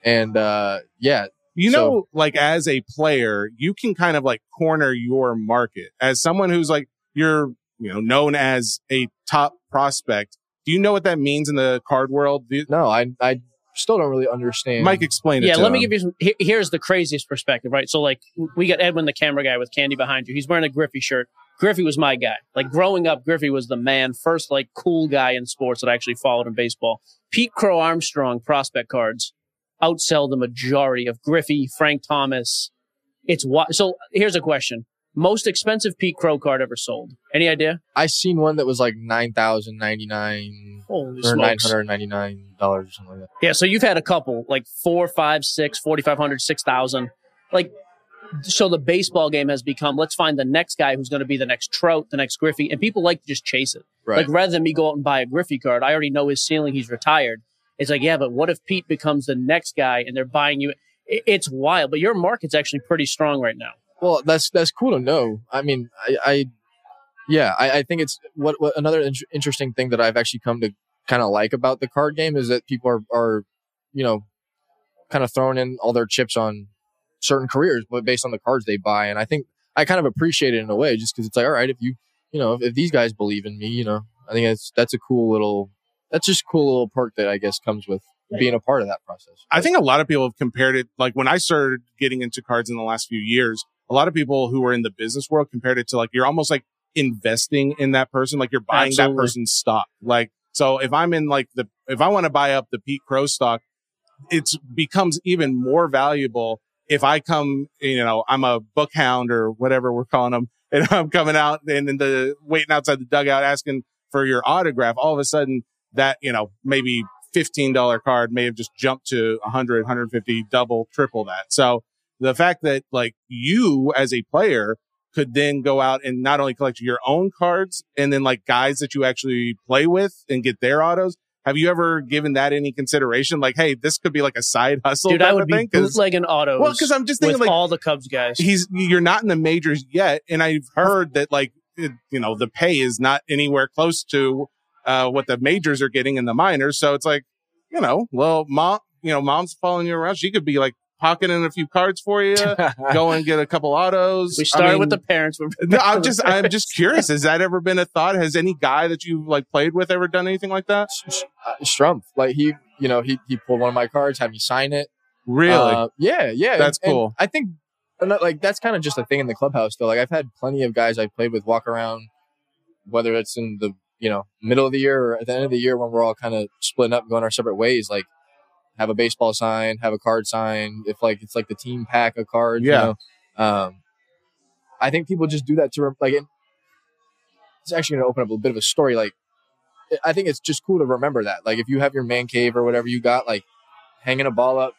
[SPEAKER 8] and uh, yeah,
[SPEAKER 6] You
[SPEAKER 8] So-
[SPEAKER 6] know, like as a player, you can kind of like corner your market. As someone who's like you're, you know, known as a top prospect, do you know what that means in the card world? Do you-
[SPEAKER 8] no, I I still don't really understand.
[SPEAKER 6] Mike explained it.
[SPEAKER 5] Yeah,
[SPEAKER 6] to
[SPEAKER 5] let me
[SPEAKER 6] him.
[SPEAKER 5] give you some. Here, here's the craziest perspective, right? So, like, we got Edwin, the camera guy, with Candy behind you. He's wearing a Griffey shirt. Griffey was my guy. Like, growing up, Griffey was the man, first, like, cool guy in sports that I actually followed in baseball. Pete Crow Armstrong prospect cards outsell the majority of Griffey, Frank Thomas. It's what. So, here's a question Most expensive Pete Crow card ever sold. Any idea?
[SPEAKER 8] I seen one that was like nine thousand ninety nine
[SPEAKER 5] Holy
[SPEAKER 8] or nine
[SPEAKER 5] smokes.
[SPEAKER 8] hundred ninety nine dollars or something like
[SPEAKER 5] Yeah, so you've had a couple, like four, five, six, 4,500, 6,000. Like, so the baseball game has become let's find the next guy who's going to be the next Trout, the next Griffey. And people like to just chase it.
[SPEAKER 8] that. Right.
[SPEAKER 5] Like, rather than me go out and buy a Griffey card, I already know his ceiling, he's retired. It's like, yeah, but what if Pete becomes the next guy and they're buying you? It- It's wild, but your market's actually pretty strong right now.
[SPEAKER 8] well, that's that's cool to know. I mean, I, I yeah, I, I think it's what, what another in- interesting thing that I've actually come to kind of like about the card game is that people are are you know kind of throwing in all their chips on certain careers, but based on the cards they buy, and I think I kind of appreciate it in a way, just because it's like, all right, if you you know if, if these guys believe in me, you know, I think that's that's a cool little that's just a cool little perk that I guess comes with being a part of that process.
[SPEAKER 6] I think a lot of people have compared it. Like when I started getting into cards in the last few years, a lot of people who were in the business world compared it to like you're almost like investing in that person, like you're buying that
[SPEAKER 5] Absolutely.
[SPEAKER 6] person's stock. Like so, if I'm in like the if I want to buy up the Pete Crow stock, it becomes even more valuable if I come. You know, I'm a bookhound or whatever we're calling them, and I'm coming out and in the waiting outside the dugout asking for your autograph. All of a sudden, that you know maybe $15 card may have just jumped to 100, 150, double, triple that. So the fact that like you as a player could then go out and not only collect your own cards and then like guys that you actually play with and get their autos. Have you ever given that any consideration? Like, hey, this could be like a side hustle
[SPEAKER 5] Dude,
[SPEAKER 6] type
[SPEAKER 5] I would
[SPEAKER 6] of
[SPEAKER 5] be
[SPEAKER 6] thing. Cause,
[SPEAKER 5] bootlegging autos
[SPEAKER 6] well, because I'm just
[SPEAKER 5] with
[SPEAKER 6] thinking like
[SPEAKER 5] all the Cubs guys.
[SPEAKER 6] he's you're not in the majors yet, and I've heard that like it, you know the pay is not anywhere close to uh, what the majors are getting in the minors. So it's like you know, well, mom, you know, mom's following you around. She could be like pocketing a few cards for you, go and get a couple autos.
[SPEAKER 5] we started
[SPEAKER 6] I mean,
[SPEAKER 5] with the parents. We're
[SPEAKER 6] No, I'm just I'm just curious. Has that ever been a thought? Has any guy that you like played with ever done anything like that?
[SPEAKER 8] Uh, Strumpf, like he, you know, he he pulled one of my cards, had me sign it.
[SPEAKER 6] Really?
[SPEAKER 8] Uh, yeah, yeah.
[SPEAKER 6] That's
[SPEAKER 8] And- and
[SPEAKER 6] cool.
[SPEAKER 8] I think and that- like that's kind of just a thing in the clubhouse though. Like I've had plenty of guys I've played with walk around, whether it's in the you know middle of the year or at the end of the year when we're all kind of splitting up, and going our separate ways. Like have a baseball sign, have a card sign. If like it's like the team pack of cards,
[SPEAKER 6] Yeah.
[SPEAKER 8] You know? Um, I think people just do that to rem- like. It, it's actually going to open up a bit of a story. Like I think it's just cool to remember that. Like if you have your man cave or whatever you got, like hanging a ball up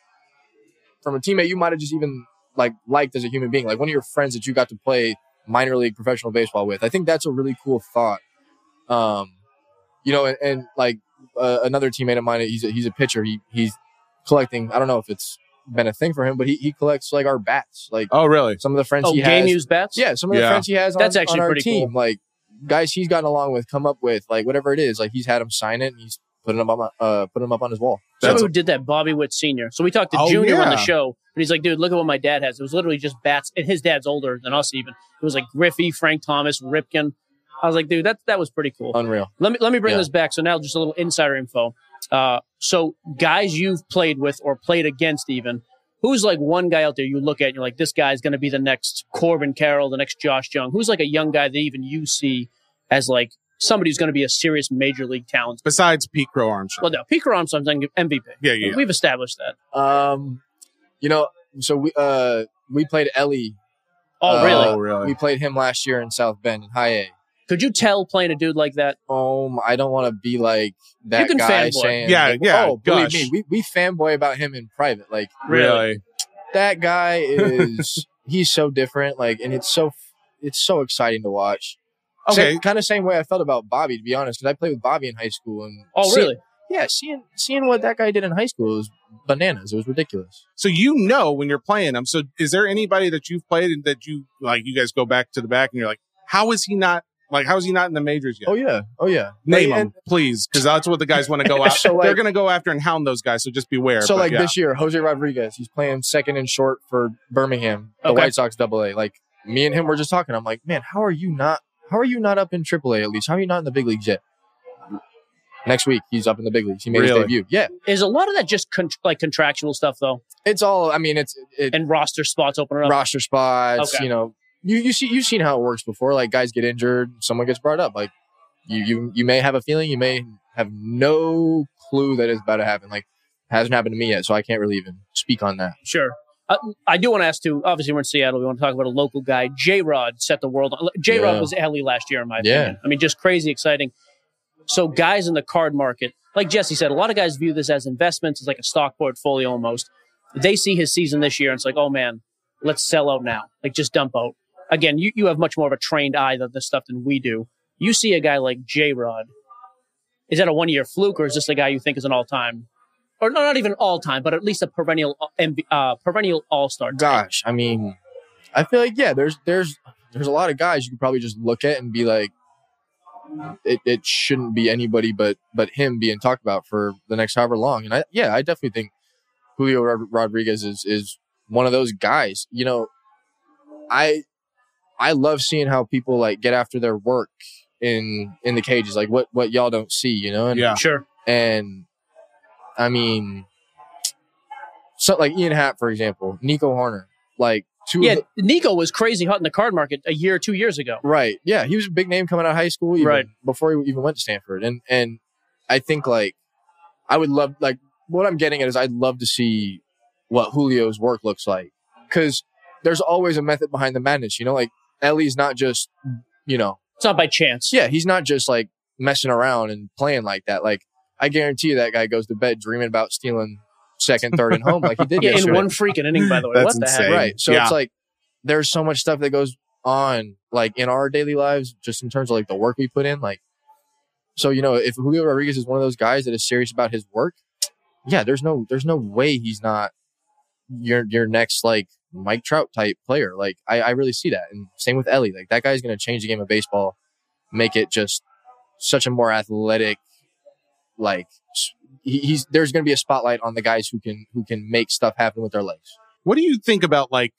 [SPEAKER 8] from a teammate you might have just even like liked as a human being, like one of your friends that you got to play minor league professional baseball with. I think that's a really cool thought. Um, you know, and, and like uh, another teammate of mine, he's a, he's a pitcher. He he's collecting. I don't know if it's been a thing for him, but he, he collects like our bats, like
[SPEAKER 6] oh, really?
[SPEAKER 8] some of the friends
[SPEAKER 5] oh,
[SPEAKER 8] he
[SPEAKER 5] game
[SPEAKER 8] has.
[SPEAKER 5] used bats?
[SPEAKER 8] Yeah, some of the
[SPEAKER 6] Yeah.
[SPEAKER 8] friends he has. On,
[SPEAKER 5] That's actually
[SPEAKER 8] on our
[SPEAKER 5] pretty
[SPEAKER 8] team.
[SPEAKER 5] cool.
[SPEAKER 8] Like guys he's gotten along with, come up with, like whatever it is. Like he's had him sign it, and he's putting him up, uh, putting him up on his wall.
[SPEAKER 5] Somebody
[SPEAKER 6] That's-
[SPEAKER 5] who did that, Bobby Witt Sr. So we talked to
[SPEAKER 6] Oh,
[SPEAKER 5] Junior on
[SPEAKER 6] yeah.
[SPEAKER 5] the show, and he's like, dude, look at what my dad has. It was literally just bats, and his dad's older than us even. It was like Griffey, Frank Thomas, Ripken. I was like, dude, that, that was pretty
[SPEAKER 6] Uh,
[SPEAKER 5] cool.
[SPEAKER 8] Unreal.
[SPEAKER 5] Let me let me bring
[SPEAKER 8] Yeah.
[SPEAKER 5] this back. So now just a little insider info. Uh, so guys you've played with or played against even, who's like one guy out there you look at and you're like, this guy's gonna be the next Corbin Carroll, the next Josh Young. Who's like a young guy that even you see as like somebody who's gonna be a serious major league talent?
[SPEAKER 6] Besides Pete Crow Armstrong.
[SPEAKER 5] Well, no, Pete Armstrong's MVP.
[SPEAKER 6] yeah, yeah. yeah.
[SPEAKER 5] We've established that.
[SPEAKER 8] Um, you know, so we uh we played Ellie.
[SPEAKER 5] Oh,
[SPEAKER 8] Uh,
[SPEAKER 5] really?
[SPEAKER 6] Oh, really?
[SPEAKER 8] We played him last year in South Bend in High A.
[SPEAKER 5] Could you tell playing a dude like that?
[SPEAKER 8] Um, I don't want to be like that
[SPEAKER 5] You can
[SPEAKER 8] guy
[SPEAKER 5] fanboy.
[SPEAKER 8] saying,
[SPEAKER 6] Yeah,
[SPEAKER 8] like,
[SPEAKER 6] yeah,
[SPEAKER 8] Oh, believe
[SPEAKER 6] gosh.
[SPEAKER 8] me, we we fanboy about him in private. Like
[SPEAKER 6] really?
[SPEAKER 8] that guy is he's so different. Like, and it's so it's so exciting to watch.
[SPEAKER 6] Okay.
[SPEAKER 8] kind of same way I felt about Bobby, to be honest, because I played with Bobby in high school. And
[SPEAKER 5] Oh,
[SPEAKER 8] see-
[SPEAKER 5] really?
[SPEAKER 8] yeah, seeing seeing what that guy did in high school was bananas. It was ridiculous.
[SPEAKER 6] So you know when you're playing them. So is there anybody that you've played and that you like? You guys go back to the back and you're like, how is he not like? How is he not in the majors yet?
[SPEAKER 8] Oh yeah, oh yeah.
[SPEAKER 6] Name
[SPEAKER 8] Like,
[SPEAKER 6] him, please, because that's what the guys want to go out.
[SPEAKER 8] So, like-
[SPEAKER 6] They're going to go after and hound those guys. So just beware.
[SPEAKER 8] and- So
[SPEAKER 6] But,
[SPEAKER 8] like
[SPEAKER 6] yeah.
[SPEAKER 8] this year, Jose Rodriguez, he's playing second and short for Birmingham, the
[SPEAKER 5] Okay.
[SPEAKER 8] White Sox Double A. Like me and him were just talking. I'm like, man, how are you not? How are you not up in Triple A at least? How are you not in the big leagues yet? next week he's up in the big leagues. He made
[SPEAKER 6] Really?
[SPEAKER 8] his debut. Yeah,
[SPEAKER 5] Is a lot of that just con- like contractual stuff though,
[SPEAKER 8] it's all. I mean, it's it,
[SPEAKER 5] and roster spots opening up?
[SPEAKER 8] roster spots.
[SPEAKER 5] Okay.
[SPEAKER 8] You know, you you see you've seen how it works before. Like guys get injured, someone gets brought up. Like you you you may have a feeling, you may have no clue that it's about to happen. Like hasn't happened to me yet, so I can't really even speak on that.
[SPEAKER 5] Sure. I, I do want to ask too. Obviously, we're in Seattle. We want to talk about a local guy. J Rod set the world. J Rod
[SPEAKER 8] Yeah.
[SPEAKER 5] was Ellie last year, in my
[SPEAKER 8] Yeah.
[SPEAKER 5] opinion. I mean, just crazy exciting. So, guys in the card market, like Jesse said, a lot of guys view this as investments. It's like a stock portfolio almost. They see his season this year, and it's like, oh man, let's sell out now. Like, just dump out. Again, you, you have much more of a trained eye of this stuff than we do. You see a guy like J Rod. Is that a one year fluke, or is this a guy you think is an all time or no, not even all time, but at least a perennial MV- uh, perennial all star.
[SPEAKER 8] Gosh, I mean, I feel like yeah, there's there's there's a lot of guys you could probably just look at and be like, it, it shouldn't be anybody but but him being talked about for the next however long. And I yeah, I definitely think Julio Rod- Rodriguez is is one of those guys. You know, I I love seeing how people like get after their work in in the cages, like what what y'all don't see, you know. And
[SPEAKER 6] Yeah.
[SPEAKER 5] Sure,
[SPEAKER 8] and I mean, so like Ian Happ, for example, Nico Horner, like two, of
[SPEAKER 5] yeah.
[SPEAKER 8] the-
[SPEAKER 5] Nico was crazy hot in the card market a year, or two years ago.
[SPEAKER 8] right? Yeah, he was a big name coming out of high school, even
[SPEAKER 5] Right.
[SPEAKER 8] Before he even went to Stanford, and and I think like I would love like what I'm getting at is I'd love to see what Julio's work looks like because there's always a method behind the madness, you know. Like Ellie's not just you know
[SPEAKER 5] It's not by chance.
[SPEAKER 8] yeah, he's not just like messing around and playing like that. Like I guarantee you that guy goes to bed dreaming about stealing second, third, and home like he did
[SPEAKER 5] Yeah, in
[SPEAKER 8] yesterday.
[SPEAKER 5] one freaking inning, by the way.
[SPEAKER 6] That's
[SPEAKER 5] what the
[SPEAKER 6] insane.
[SPEAKER 5] heck?
[SPEAKER 8] right. So
[SPEAKER 6] Yeah.
[SPEAKER 8] it's like there's so much stuff that goes on like in our daily lives, just in terms of like the work we put in. Like so, you know, if Julio Rodriguez is one of those guys that is serious about his work, yeah, there's no there's no way he's not your your next like Mike Trout type player. Like I, I really see that. And same with Ellie. Like that guy's gonna change the game of baseball, make it just such a more athletic like s- he- he's there's going to be a spotlight on the guys who can who can make stuff happen with their legs
[SPEAKER 6] What do you think about like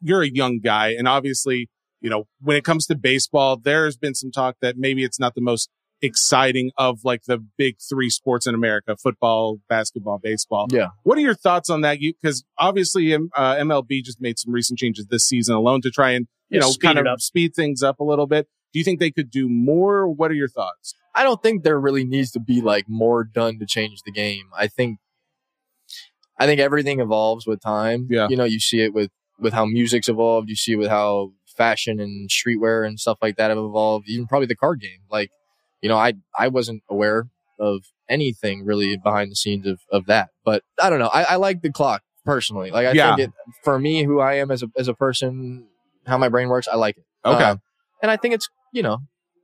[SPEAKER 6] you're a young guy and obviously, you know, when it comes to baseball, there's been some talk that maybe it's not the most exciting of like the big three sports in America, football, basketball, baseball.
[SPEAKER 8] Yeah.
[SPEAKER 6] What are your thoughts on that? You cuz obviously um, uh, MLB just made some recent changes this season alone to try and, you
[SPEAKER 5] Yeah,
[SPEAKER 6] know,
[SPEAKER 5] speed
[SPEAKER 6] kind
[SPEAKER 5] it
[SPEAKER 6] of
[SPEAKER 5] up.
[SPEAKER 6] speed things up a little bit. Do you think they could do more? What are your thoughts?
[SPEAKER 8] I don't think there really needs to be like more done to change the game. I think I think everything evolves with time.
[SPEAKER 6] Yeah.
[SPEAKER 8] You know, you see it with with how music's evolved, you see it with how fashion and streetwear and stuff like that have evolved, even probably the card game. Like, you know, I I wasn't aware of anything really behind the scenes of, of that. But I don't know. I, I like the clock personally. Like I
[SPEAKER 6] Yeah.
[SPEAKER 8] think it for me who I am as a as a person, how my brain works, I like it.
[SPEAKER 6] Okay.
[SPEAKER 8] Um, and I think it's, you know,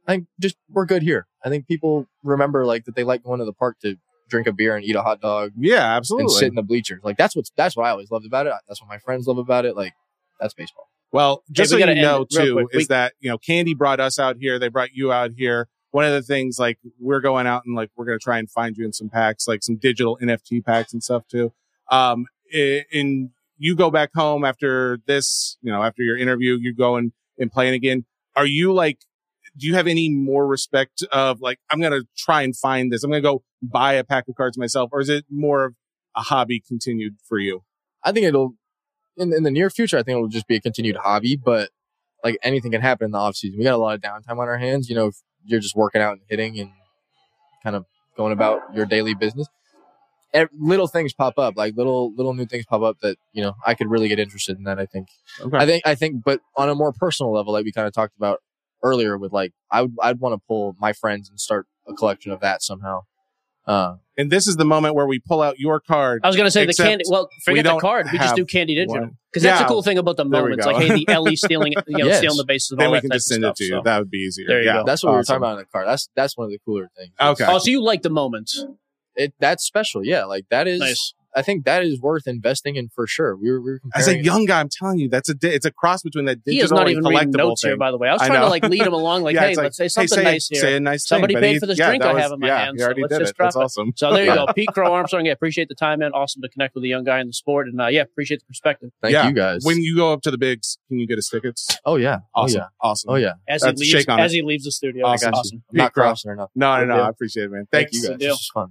[SPEAKER 8] I think just we're good here. I think people remember like that they like going to the park to drink a beer and eat a hot dog
[SPEAKER 6] yeah, absolutely.
[SPEAKER 8] and sit in the bleachers. Like that's what's that's what I always loved about it. That's what my friends love about it. Like that's baseball.
[SPEAKER 6] Well, just
[SPEAKER 5] we
[SPEAKER 6] so
[SPEAKER 5] gotta
[SPEAKER 6] you know,
[SPEAKER 5] end it real
[SPEAKER 6] too,
[SPEAKER 5] quick.
[SPEAKER 6] is
[SPEAKER 5] We-
[SPEAKER 6] that you know, Candy brought us out here. They brought you out here. One of the things, like, we're going out and like we're gonna try and find you in some packs, like some digital NFT packs and stuff too. Um, i- and you go back home after this, you know, after your interview, you go and and playing again. Are you like? Do you have any more respect of like I'm gonna try and find this? I'm gonna go buy a pack of cards myself, or is it more of a hobby continued for you?
[SPEAKER 8] I think it'll in in the near future. I think it'll just be a continued hobby, but like anything can happen in the off season. We got a lot of downtime on our hands. You know, if you're just working out and hitting and kind of going about your daily business. ev- Little things pop up, like little little new things pop up that you know I could really get interested in. That I think,
[SPEAKER 6] Okay.
[SPEAKER 8] I think, I think, but on a more personal level, like we kind of talked about earlier, with like I would I'd want to pull my friends and start a collection of that somehow. Uh,
[SPEAKER 6] And this is the moment where we pull out your card.
[SPEAKER 5] I was gonna say the
[SPEAKER 6] Except
[SPEAKER 5] candy. Well, forget the
[SPEAKER 6] don't
[SPEAKER 5] card. We just
[SPEAKER 6] have
[SPEAKER 5] do candy digital
[SPEAKER 6] one.
[SPEAKER 5] because that's
[SPEAKER 6] Yeah.
[SPEAKER 5] the cool thing about the
[SPEAKER 6] There we
[SPEAKER 5] moment. It's
[SPEAKER 6] go.
[SPEAKER 5] like, hey, the Ellie stealing, it, you know,
[SPEAKER 8] Yes.
[SPEAKER 5] stealing the bases and
[SPEAKER 6] then
[SPEAKER 5] all
[SPEAKER 6] we
[SPEAKER 5] that
[SPEAKER 6] can
[SPEAKER 5] type
[SPEAKER 6] just
[SPEAKER 5] of
[SPEAKER 6] send
[SPEAKER 5] stuff.
[SPEAKER 6] it to you.
[SPEAKER 5] so.
[SPEAKER 6] That would be easier.
[SPEAKER 5] There you
[SPEAKER 6] yeah.
[SPEAKER 5] go.
[SPEAKER 8] that's what we were
[SPEAKER 6] Awesome.
[SPEAKER 8] talking about in the car. That's that's one of the cooler things.
[SPEAKER 6] Okay.
[SPEAKER 5] Oh, so you like the moment?
[SPEAKER 8] it that's special yeah like that is
[SPEAKER 5] Nice.
[SPEAKER 8] I think that is worth investing in for sure. We were, we were
[SPEAKER 6] As a
[SPEAKER 8] comparing-
[SPEAKER 6] young guy, I'm telling you, that's a di- it's a cross between that digital
[SPEAKER 5] He is not even
[SPEAKER 6] and
[SPEAKER 5] reading
[SPEAKER 6] collectible
[SPEAKER 5] notes
[SPEAKER 6] thing.
[SPEAKER 5] here, by the way. I was
[SPEAKER 6] I
[SPEAKER 5] trying to
[SPEAKER 6] know.
[SPEAKER 5] like lead him along, like,
[SPEAKER 6] yeah,
[SPEAKER 5] hey,
[SPEAKER 6] it's like,
[SPEAKER 5] let's say something
[SPEAKER 6] say,
[SPEAKER 5] nice here.
[SPEAKER 6] Say a nice
[SPEAKER 5] Somebody
[SPEAKER 6] thing. but
[SPEAKER 5] paid
[SPEAKER 6] he-
[SPEAKER 5] for this
[SPEAKER 6] yeah,
[SPEAKER 5] drink
[SPEAKER 6] that
[SPEAKER 5] I
[SPEAKER 6] was-
[SPEAKER 5] have in my
[SPEAKER 6] yeah,
[SPEAKER 5] hand,
[SPEAKER 6] He
[SPEAKER 5] so
[SPEAKER 6] already
[SPEAKER 5] let's
[SPEAKER 6] did
[SPEAKER 5] just
[SPEAKER 6] it. That's
[SPEAKER 5] drop it.
[SPEAKER 6] awesome.
[SPEAKER 5] So there you
[SPEAKER 4] Yeah.
[SPEAKER 5] go. Pete Crow Armstrong. Yeah, appreciate the time, man. Awesome to connect with a young guy in the sport. And uh, yeah, appreciate the perspective.
[SPEAKER 8] Thank
[SPEAKER 6] Yeah.
[SPEAKER 8] you guys.
[SPEAKER 6] When you go up to the bigs, can you get us tickets?
[SPEAKER 8] oh yeah,
[SPEAKER 6] Awesome.
[SPEAKER 8] oh yeah,
[SPEAKER 6] Awesome.
[SPEAKER 8] oh yeah.
[SPEAKER 5] As
[SPEAKER 6] That's-
[SPEAKER 5] he leaves
[SPEAKER 6] shake on
[SPEAKER 5] as
[SPEAKER 6] it.
[SPEAKER 5] he leaves the studio.
[SPEAKER 6] Awesome.
[SPEAKER 5] That's awesome.
[SPEAKER 8] I'm not
[SPEAKER 6] Pete Crow.
[SPEAKER 8] crossing or nothing.
[SPEAKER 6] No, no, no.
[SPEAKER 8] Good
[SPEAKER 6] I
[SPEAKER 8] deal.
[SPEAKER 6] appreciate it, man. Thank
[SPEAKER 5] Thanks.
[SPEAKER 6] you
[SPEAKER 8] you guys.
[SPEAKER 5] Good deal.
[SPEAKER 8] This is fun.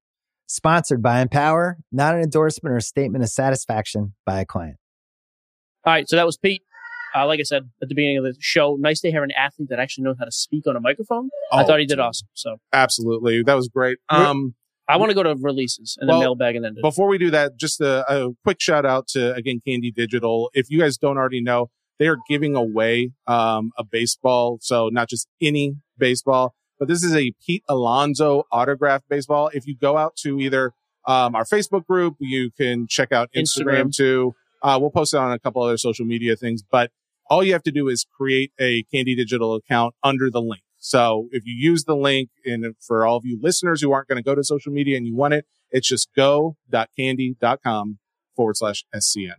[SPEAKER 3] sponsored by Empower, not an endorsement or a statement of satisfaction by a client.
[SPEAKER 5] All right, so that was Pete. Uh, like I said at the beginning of the show, nice to hear an athlete that actually knows how to speak on a microphone. I
[SPEAKER 6] Oh,
[SPEAKER 5] thought he did awesome. So
[SPEAKER 6] Absolutely. That was great. Um,
[SPEAKER 5] I want to go to releases and then
[SPEAKER 6] Well,
[SPEAKER 5] mailbag and then do-
[SPEAKER 6] before we do that, just a, a quick shout out to, again, Candy Digital. If you guys don't already know, they are giving away um, a baseball. So not just any baseball, but this is a Pete Alonso autograph baseball. If you go out to either um, our Facebook group, you can check out Instagram,
[SPEAKER 5] Instagram.
[SPEAKER 6] too. Uh, we'll post it on a couple other social media things, but all you have to do is create a Candy Digital account under the link. So if you use the link, and for all of you listeners who aren't going to go to social media and you want it, it's just go.candy.com forward slash SCN.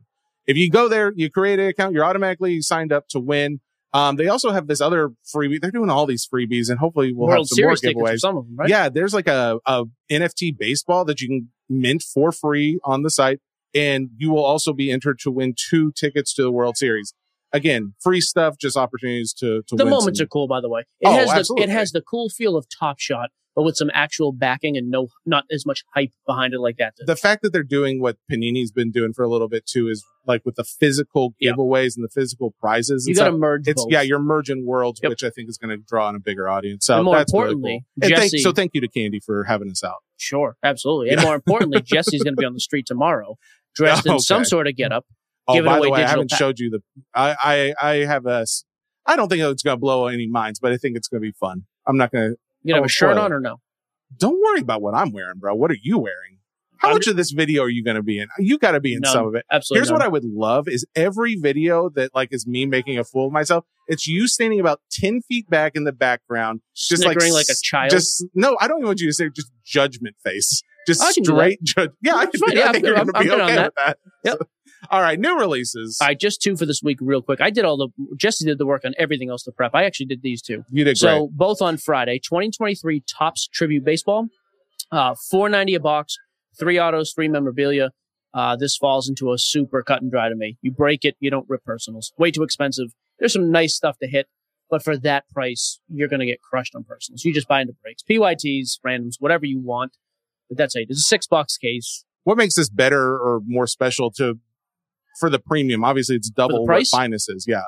[SPEAKER 6] If you go there, you create an account, you're automatically signed up to win. Um, they also have this other freebie. They're doing all these freebies, and hopefully we'll
[SPEAKER 5] World
[SPEAKER 6] have some more
[SPEAKER 5] Series tickets for
[SPEAKER 6] giveaways.
[SPEAKER 5] some of them, right?
[SPEAKER 6] Yeah, there's like a, a NFT baseball that you can mint for free on the site, and you will also be entered to win two tickets to the World Series. Again, free stuff, just opportunities to to
[SPEAKER 5] the
[SPEAKER 6] win
[SPEAKER 5] moments
[SPEAKER 6] some-
[SPEAKER 5] are cool, by the way. It
[SPEAKER 6] Oh,
[SPEAKER 5] has the,
[SPEAKER 6] absolutely.
[SPEAKER 5] it has the cool feel of Top Shot, but with some actual backing and no not as much hype behind it like that. did.
[SPEAKER 6] the fact that they're doing what Panini's been doing for a little bit too is like with the physical
[SPEAKER 5] Yeah.
[SPEAKER 6] giveaways and the physical prizes.
[SPEAKER 5] you
[SPEAKER 6] And
[SPEAKER 5] got to
[SPEAKER 6] stuff,
[SPEAKER 5] merge.
[SPEAKER 6] it's
[SPEAKER 5] both.
[SPEAKER 6] yeah, you're merging worlds,
[SPEAKER 5] Yep.
[SPEAKER 6] which I think is going to draw in a bigger audience. So
[SPEAKER 5] And more
[SPEAKER 6] that's really
[SPEAKER 5] importantly,
[SPEAKER 6] cool. And thank,
[SPEAKER 5] Jesse-
[SPEAKER 6] so thank you to Candy for having us out.
[SPEAKER 5] sure, absolutely, and more importantly, Jesse's going to be on the street tomorrow, dressed in
[SPEAKER 6] Okay.
[SPEAKER 5] some sort of getup.
[SPEAKER 6] Oh,
[SPEAKER 5] Giving
[SPEAKER 6] by
[SPEAKER 5] away
[SPEAKER 6] the way, I
[SPEAKER 5] digital
[SPEAKER 6] haven't
[SPEAKER 5] pa-
[SPEAKER 6] showed you the. I I, I have a. s- I don't think it's going to blow any minds, but I think it's going to be fun. I'm not going to.
[SPEAKER 5] You gonna have
[SPEAKER 6] Oh,
[SPEAKER 5] a shirt
[SPEAKER 6] spoiler.
[SPEAKER 5] on or no?
[SPEAKER 6] Don't worry about what I'm wearing, bro. What are you wearing? How
[SPEAKER 5] I'm-
[SPEAKER 6] much of this video are you going to be in? You got to be in
[SPEAKER 5] None.
[SPEAKER 6] some of it.
[SPEAKER 5] Absolutely.
[SPEAKER 6] Here's what I would love is every video that like is me making a fool of myself. It's you standing about ten feet back in the background, just like
[SPEAKER 5] Snickering like a
[SPEAKER 6] s-
[SPEAKER 5] child.
[SPEAKER 6] Just no, I don't even want you to say just judgment face. Just
[SPEAKER 5] Oh, I can do
[SPEAKER 6] straight judge. Yeah, I,
[SPEAKER 5] That's
[SPEAKER 6] can,
[SPEAKER 5] fine.
[SPEAKER 6] do-
[SPEAKER 5] Yeah,
[SPEAKER 6] I
[SPEAKER 5] I'm-
[SPEAKER 6] think you're going to
[SPEAKER 5] I'm
[SPEAKER 6] be
[SPEAKER 5] good on
[SPEAKER 6] okay
[SPEAKER 5] that.
[SPEAKER 6] with that.
[SPEAKER 5] Yep.
[SPEAKER 6] So- all right, new releases.
[SPEAKER 5] I just two for this week, real quick. I did all the Jesse did the work on everything else to prep. I actually did these two.
[SPEAKER 6] you did
[SPEAKER 5] So both on Friday, 2023 Tops Tribute Baseball, uh, 490 a box, three autos, three memorabilia. Uh, this falls into a super cut and dry to me. You break it, you don't rip personals. Way too expensive. There's some nice stuff to hit, but for that price, you're gonna get crushed on personals. You just buy into breaks, PYTs, randoms, whatever you want. But that's it. It's a six box case.
[SPEAKER 6] What makes this better or more special to for the premium? Obviously, it's double what
[SPEAKER 5] price?
[SPEAKER 6] finest is. Yeah.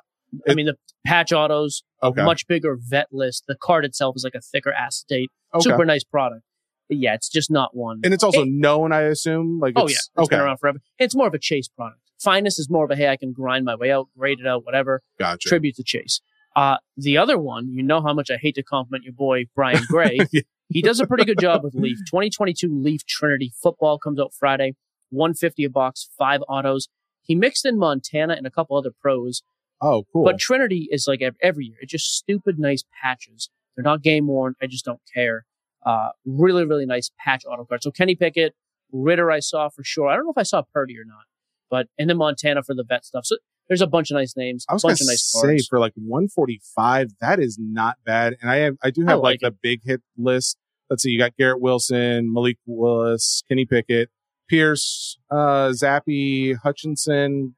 [SPEAKER 5] I
[SPEAKER 6] It-
[SPEAKER 5] mean, the patch autos,
[SPEAKER 6] Okay.
[SPEAKER 5] much bigger vet list. The card itself is like a thicker acetate.
[SPEAKER 6] okay.
[SPEAKER 5] Super nice product. But yeah, it's just not one.
[SPEAKER 6] and it's also
[SPEAKER 5] It-
[SPEAKER 6] known, I assume. Like,
[SPEAKER 5] oh yeah,
[SPEAKER 6] it's,
[SPEAKER 5] it's been
[SPEAKER 6] okay,
[SPEAKER 5] around forever. It's more of a chase product. Finest is more of a hey, I can grind my way out, grade it out, whatever.
[SPEAKER 6] gotcha.
[SPEAKER 5] Tribute to Chase. Uh, the other one, you know how much I hate to compliment your boy Brian Gray.
[SPEAKER 6] Yeah.
[SPEAKER 5] He does a pretty good job with Leaf. 2022 Leaf Trinity football comes out Friday. 150 a box, five autos. He mixed in Montana and a couple other pros.
[SPEAKER 6] Oh, cool.
[SPEAKER 5] But Trinity is like ev- every year. It's just stupid nice patches. They're not game worn. I just don't care. Uh, really, really nice patch auto card. So Kenny Pickett, Ritter, I saw for sure. I don't know if I saw Purdy or not, but and then Montana for the vet stuff. So there's a bunch of nice names,
[SPEAKER 6] I was going
[SPEAKER 5] bunch
[SPEAKER 6] to
[SPEAKER 5] of nice
[SPEAKER 6] say
[SPEAKER 5] cards.
[SPEAKER 6] for like 145, that is not bad. And I have, I do
[SPEAKER 5] I
[SPEAKER 6] have
[SPEAKER 5] like
[SPEAKER 6] like, the big hit list. Let's see, you got Garrett Wilson, Malik Willis, Kenny Pickett, Pierce, uh, Zappy, Hutchinson,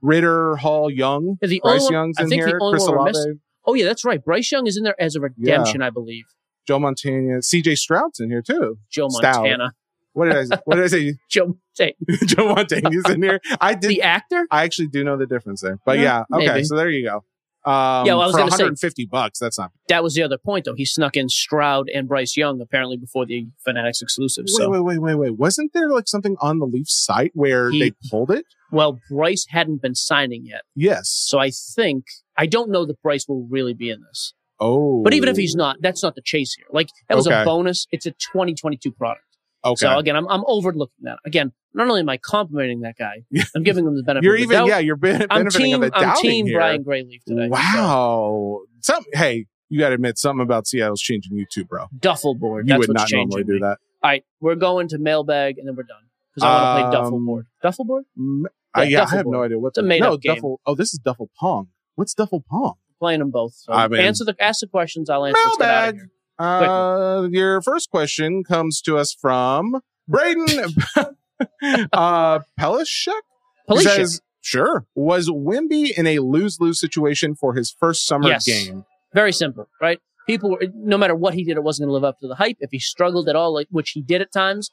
[SPEAKER 6] Ritter, Hall, Young,
[SPEAKER 5] Yeah, the
[SPEAKER 6] Bryce
[SPEAKER 5] only one-
[SPEAKER 6] Young's
[SPEAKER 5] I
[SPEAKER 6] in
[SPEAKER 5] think the
[SPEAKER 6] here,
[SPEAKER 5] only
[SPEAKER 6] Chris
[SPEAKER 5] one we're
[SPEAKER 6] Olave,
[SPEAKER 5] missing- oh yeah, that's right. Bryce Young is in there as a redemption, I believe.
[SPEAKER 6] Joe Montana, CJ Stroud's in here too.
[SPEAKER 5] Joe
[SPEAKER 6] Stout.
[SPEAKER 5] Montana,
[SPEAKER 6] What did I say? what did I say?
[SPEAKER 5] Joe, say,
[SPEAKER 6] Joe Montana's in here. I did.
[SPEAKER 5] the actor.
[SPEAKER 6] I actually do know the difference there, but
[SPEAKER 5] Yeah,
[SPEAKER 6] yeah, okay.
[SPEAKER 5] maybe.
[SPEAKER 6] So there you go. Um,
[SPEAKER 5] Yeah, well, I was
[SPEAKER 6] for
[SPEAKER 5] gonna say-
[SPEAKER 6] 150 bucks. That's not.
[SPEAKER 5] That was the other point, though. He snuck in Stroud and Bryce Young apparently before the Fanatics exclusive.
[SPEAKER 6] Wait,
[SPEAKER 5] so,
[SPEAKER 6] wait, wait, wait, wait. Wasn't there like something on the Leafs site where
[SPEAKER 5] He-
[SPEAKER 6] they pulled it?
[SPEAKER 5] well, Bryce hadn't been signing yet,
[SPEAKER 6] Yes.
[SPEAKER 5] so I think I don't know that Bryce will really be in this.
[SPEAKER 6] oh,
[SPEAKER 5] But even if he's not, that's not the chase here. Like that was
[SPEAKER 6] Okay.
[SPEAKER 5] a bonus. It's a 2022 product.
[SPEAKER 6] okay,
[SPEAKER 5] So again, I'm I'm overlooking that. Again, not only am I complimenting that guy, I'm giving him the benefit.
[SPEAKER 6] you're
[SPEAKER 5] of the
[SPEAKER 6] even
[SPEAKER 5] doubt.
[SPEAKER 6] yeah, you're ben-
[SPEAKER 5] I'm
[SPEAKER 6] benefiting
[SPEAKER 5] team.
[SPEAKER 6] of the
[SPEAKER 5] I'm
[SPEAKER 6] doubting
[SPEAKER 5] team
[SPEAKER 6] here.
[SPEAKER 5] Brian Grayleaf today. So,
[SPEAKER 6] Wow. Some hey, you got to admit something about Seattle's changing you too, bro.
[SPEAKER 5] duffel board.
[SPEAKER 6] You
[SPEAKER 5] that's
[SPEAKER 6] would
[SPEAKER 5] what's
[SPEAKER 6] not
[SPEAKER 5] changing
[SPEAKER 6] normally do
[SPEAKER 5] me.
[SPEAKER 6] that.
[SPEAKER 5] All right, we're going to mailbag and then we're done because I want to play duffel
[SPEAKER 6] Um,
[SPEAKER 5] board. Duffel board.
[SPEAKER 6] Mm, I, yeah, I
[SPEAKER 5] Duffel
[SPEAKER 6] have no
[SPEAKER 5] Boy.
[SPEAKER 6] idea what
[SPEAKER 5] It's a made-up
[SPEAKER 6] no
[SPEAKER 5] game.
[SPEAKER 6] duffel. Oh, this is duffel pong. What's duffel pong?
[SPEAKER 5] Playing them both. So
[SPEAKER 6] I mean-
[SPEAKER 5] answer the ask the questions. I'll answer. Let's get out of
[SPEAKER 6] Mailbag.
[SPEAKER 5] here.
[SPEAKER 6] Uh, your first question comes to us from Braden uh, Pelishek. He
[SPEAKER 5] Police.
[SPEAKER 6] says, Sure. Was Wimby in a lose lose situation for his first summer
[SPEAKER 5] Yes.
[SPEAKER 6] game?
[SPEAKER 5] Very simple, right? People, were, no matter what he did, it wasn't going to live up to the hype. If he struggled at all, like, which he did at times,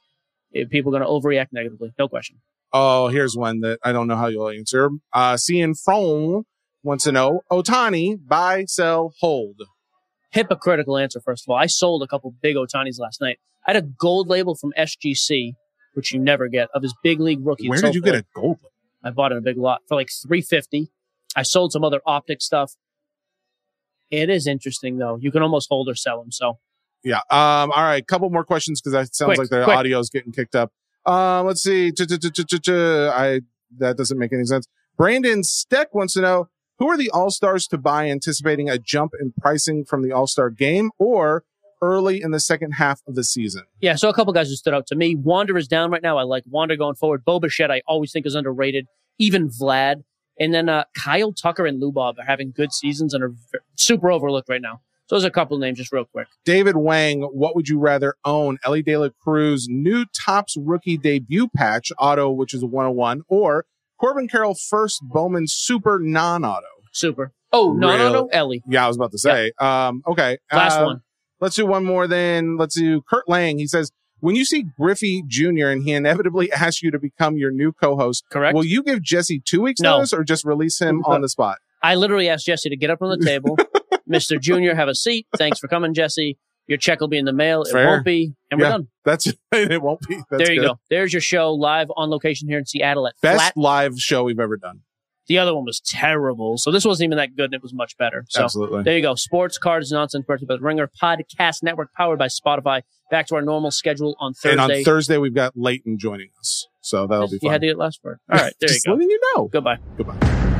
[SPEAKER 5] eh, people are going to overreact negatively. No question.
[SPEAKER 6] Oh, here's one that I don't know how you'll answer. Uh, Cian Frome wants to know Otani, buy, sell, hold.
[SPEAKER 5] Hypocritical answer, first of all. I sold a couple big Otanis last night. I had a gold label from SGC, which you never get, of his big league rookie. and
[SPEAKER 6] Where
[SPEAKER 5] so
[SPEAKER 6] did you get
[SPEAKER 5] forth.
[SPEAKER 6] a gold? one?
[SPEAKER 5] I bought it in a big lot for like 350 I sold some other optic stuff. It is interesting, though. You can almost hold or sell them. So
[SPEAKER 6] Yeah. Um, all right. Couple more questions because that sounds
[SPEAKER 5] Quick,
[SPEAKER 6] like their
[SPEAKER 5] quick.
[SPEAKER 6] audio is getting kicked up. Um, let's see. Ch-ch-ch-ch-ch-ch. I that doesn't make any sense. Brandon Steck wants to know who are the all stars to buy, anticipating a jump in pricing from the all star game or early in the second half of the season.
[SPEAKER 5] Yeah, so a couple guys who stood out to me. Wander is down right now. I like Wander going forward. Bobachet, I always think is underrated. Even Vlad, and then uh, Kyle Tucker and Lubob are having good seasons and are v- super overlooked right now. So those are a couple names just real quick.
[SPEAKER 6] David Wang, what would you rather own? Ellie De La Cruz new tops rookie debut patch auto, which is a 101, or Corbin Carroll first Bowman super non auto.
[SPEAKER 5] Super. Oh no no no,
[SPEAKER 6] Real-
[SPEAKER 5] Ellie,
[SPEAKER 6] Yeah, I was about to say. Um, okay.
[SPEAKER 5] last
[SPEAKER 6] Uh,
[SPEAKER 5] one.
[SPEAKER 6] Let's do one more then. Let's do Kurt Lang. He says, when you see Griffey Jr. and he inevitably asks you to become your new co-host,
[SPEAKER 5] Correct.
[SPEAKER 6] will you give Jesse two weeks
[SPEAKER 5] No.
[SPEAKER 6] notice or just release him on the spot?
[SPEAKER 5] I literally asked Jesse to get up on the table. Mister Junior, have a seat. Thanks for coming, Jesse. Your check will be in the mail. It
[SPEAKER 6] Fair.
[SPEAKER 5] won't be, and
[SPEAKER 6] Yeah,
[SPEAKER 5] we're done.
[SPEAKER 6] That's it. Won't be. That's
[SPEAKER 5] there you
[SPEAKER 6] good.
[SPEAKER 5] go. There's your show live on location here in Seattle at Flat.
[SPEAKER 6] Best live show we've ever done.
[SPEAKER 5] The other one was terrible, so this wasn't even that good, and it was much better. So
[SPEAKER 6] Absolutely.
[SPEAKER 5] There you go. Sports cards, nonsense, birthday by the Ringer podcast network powered by Spotify. Back to our normal schedule on Thursday.
[SPEAKER 6] And on Thursday we've got Leighton joining us, so that'll be
[SPEAKER 5] you
[SPEAKER 6] fun.
[SPEAKER 5] had to get last word. All right, there you
[SPEAKER 6] Just
[SPEAKER 5] go.
[SPEAKER 6] letting you know.
[SPEAKER 5] Goodbye.
[SPEAKER 6] Goodbye.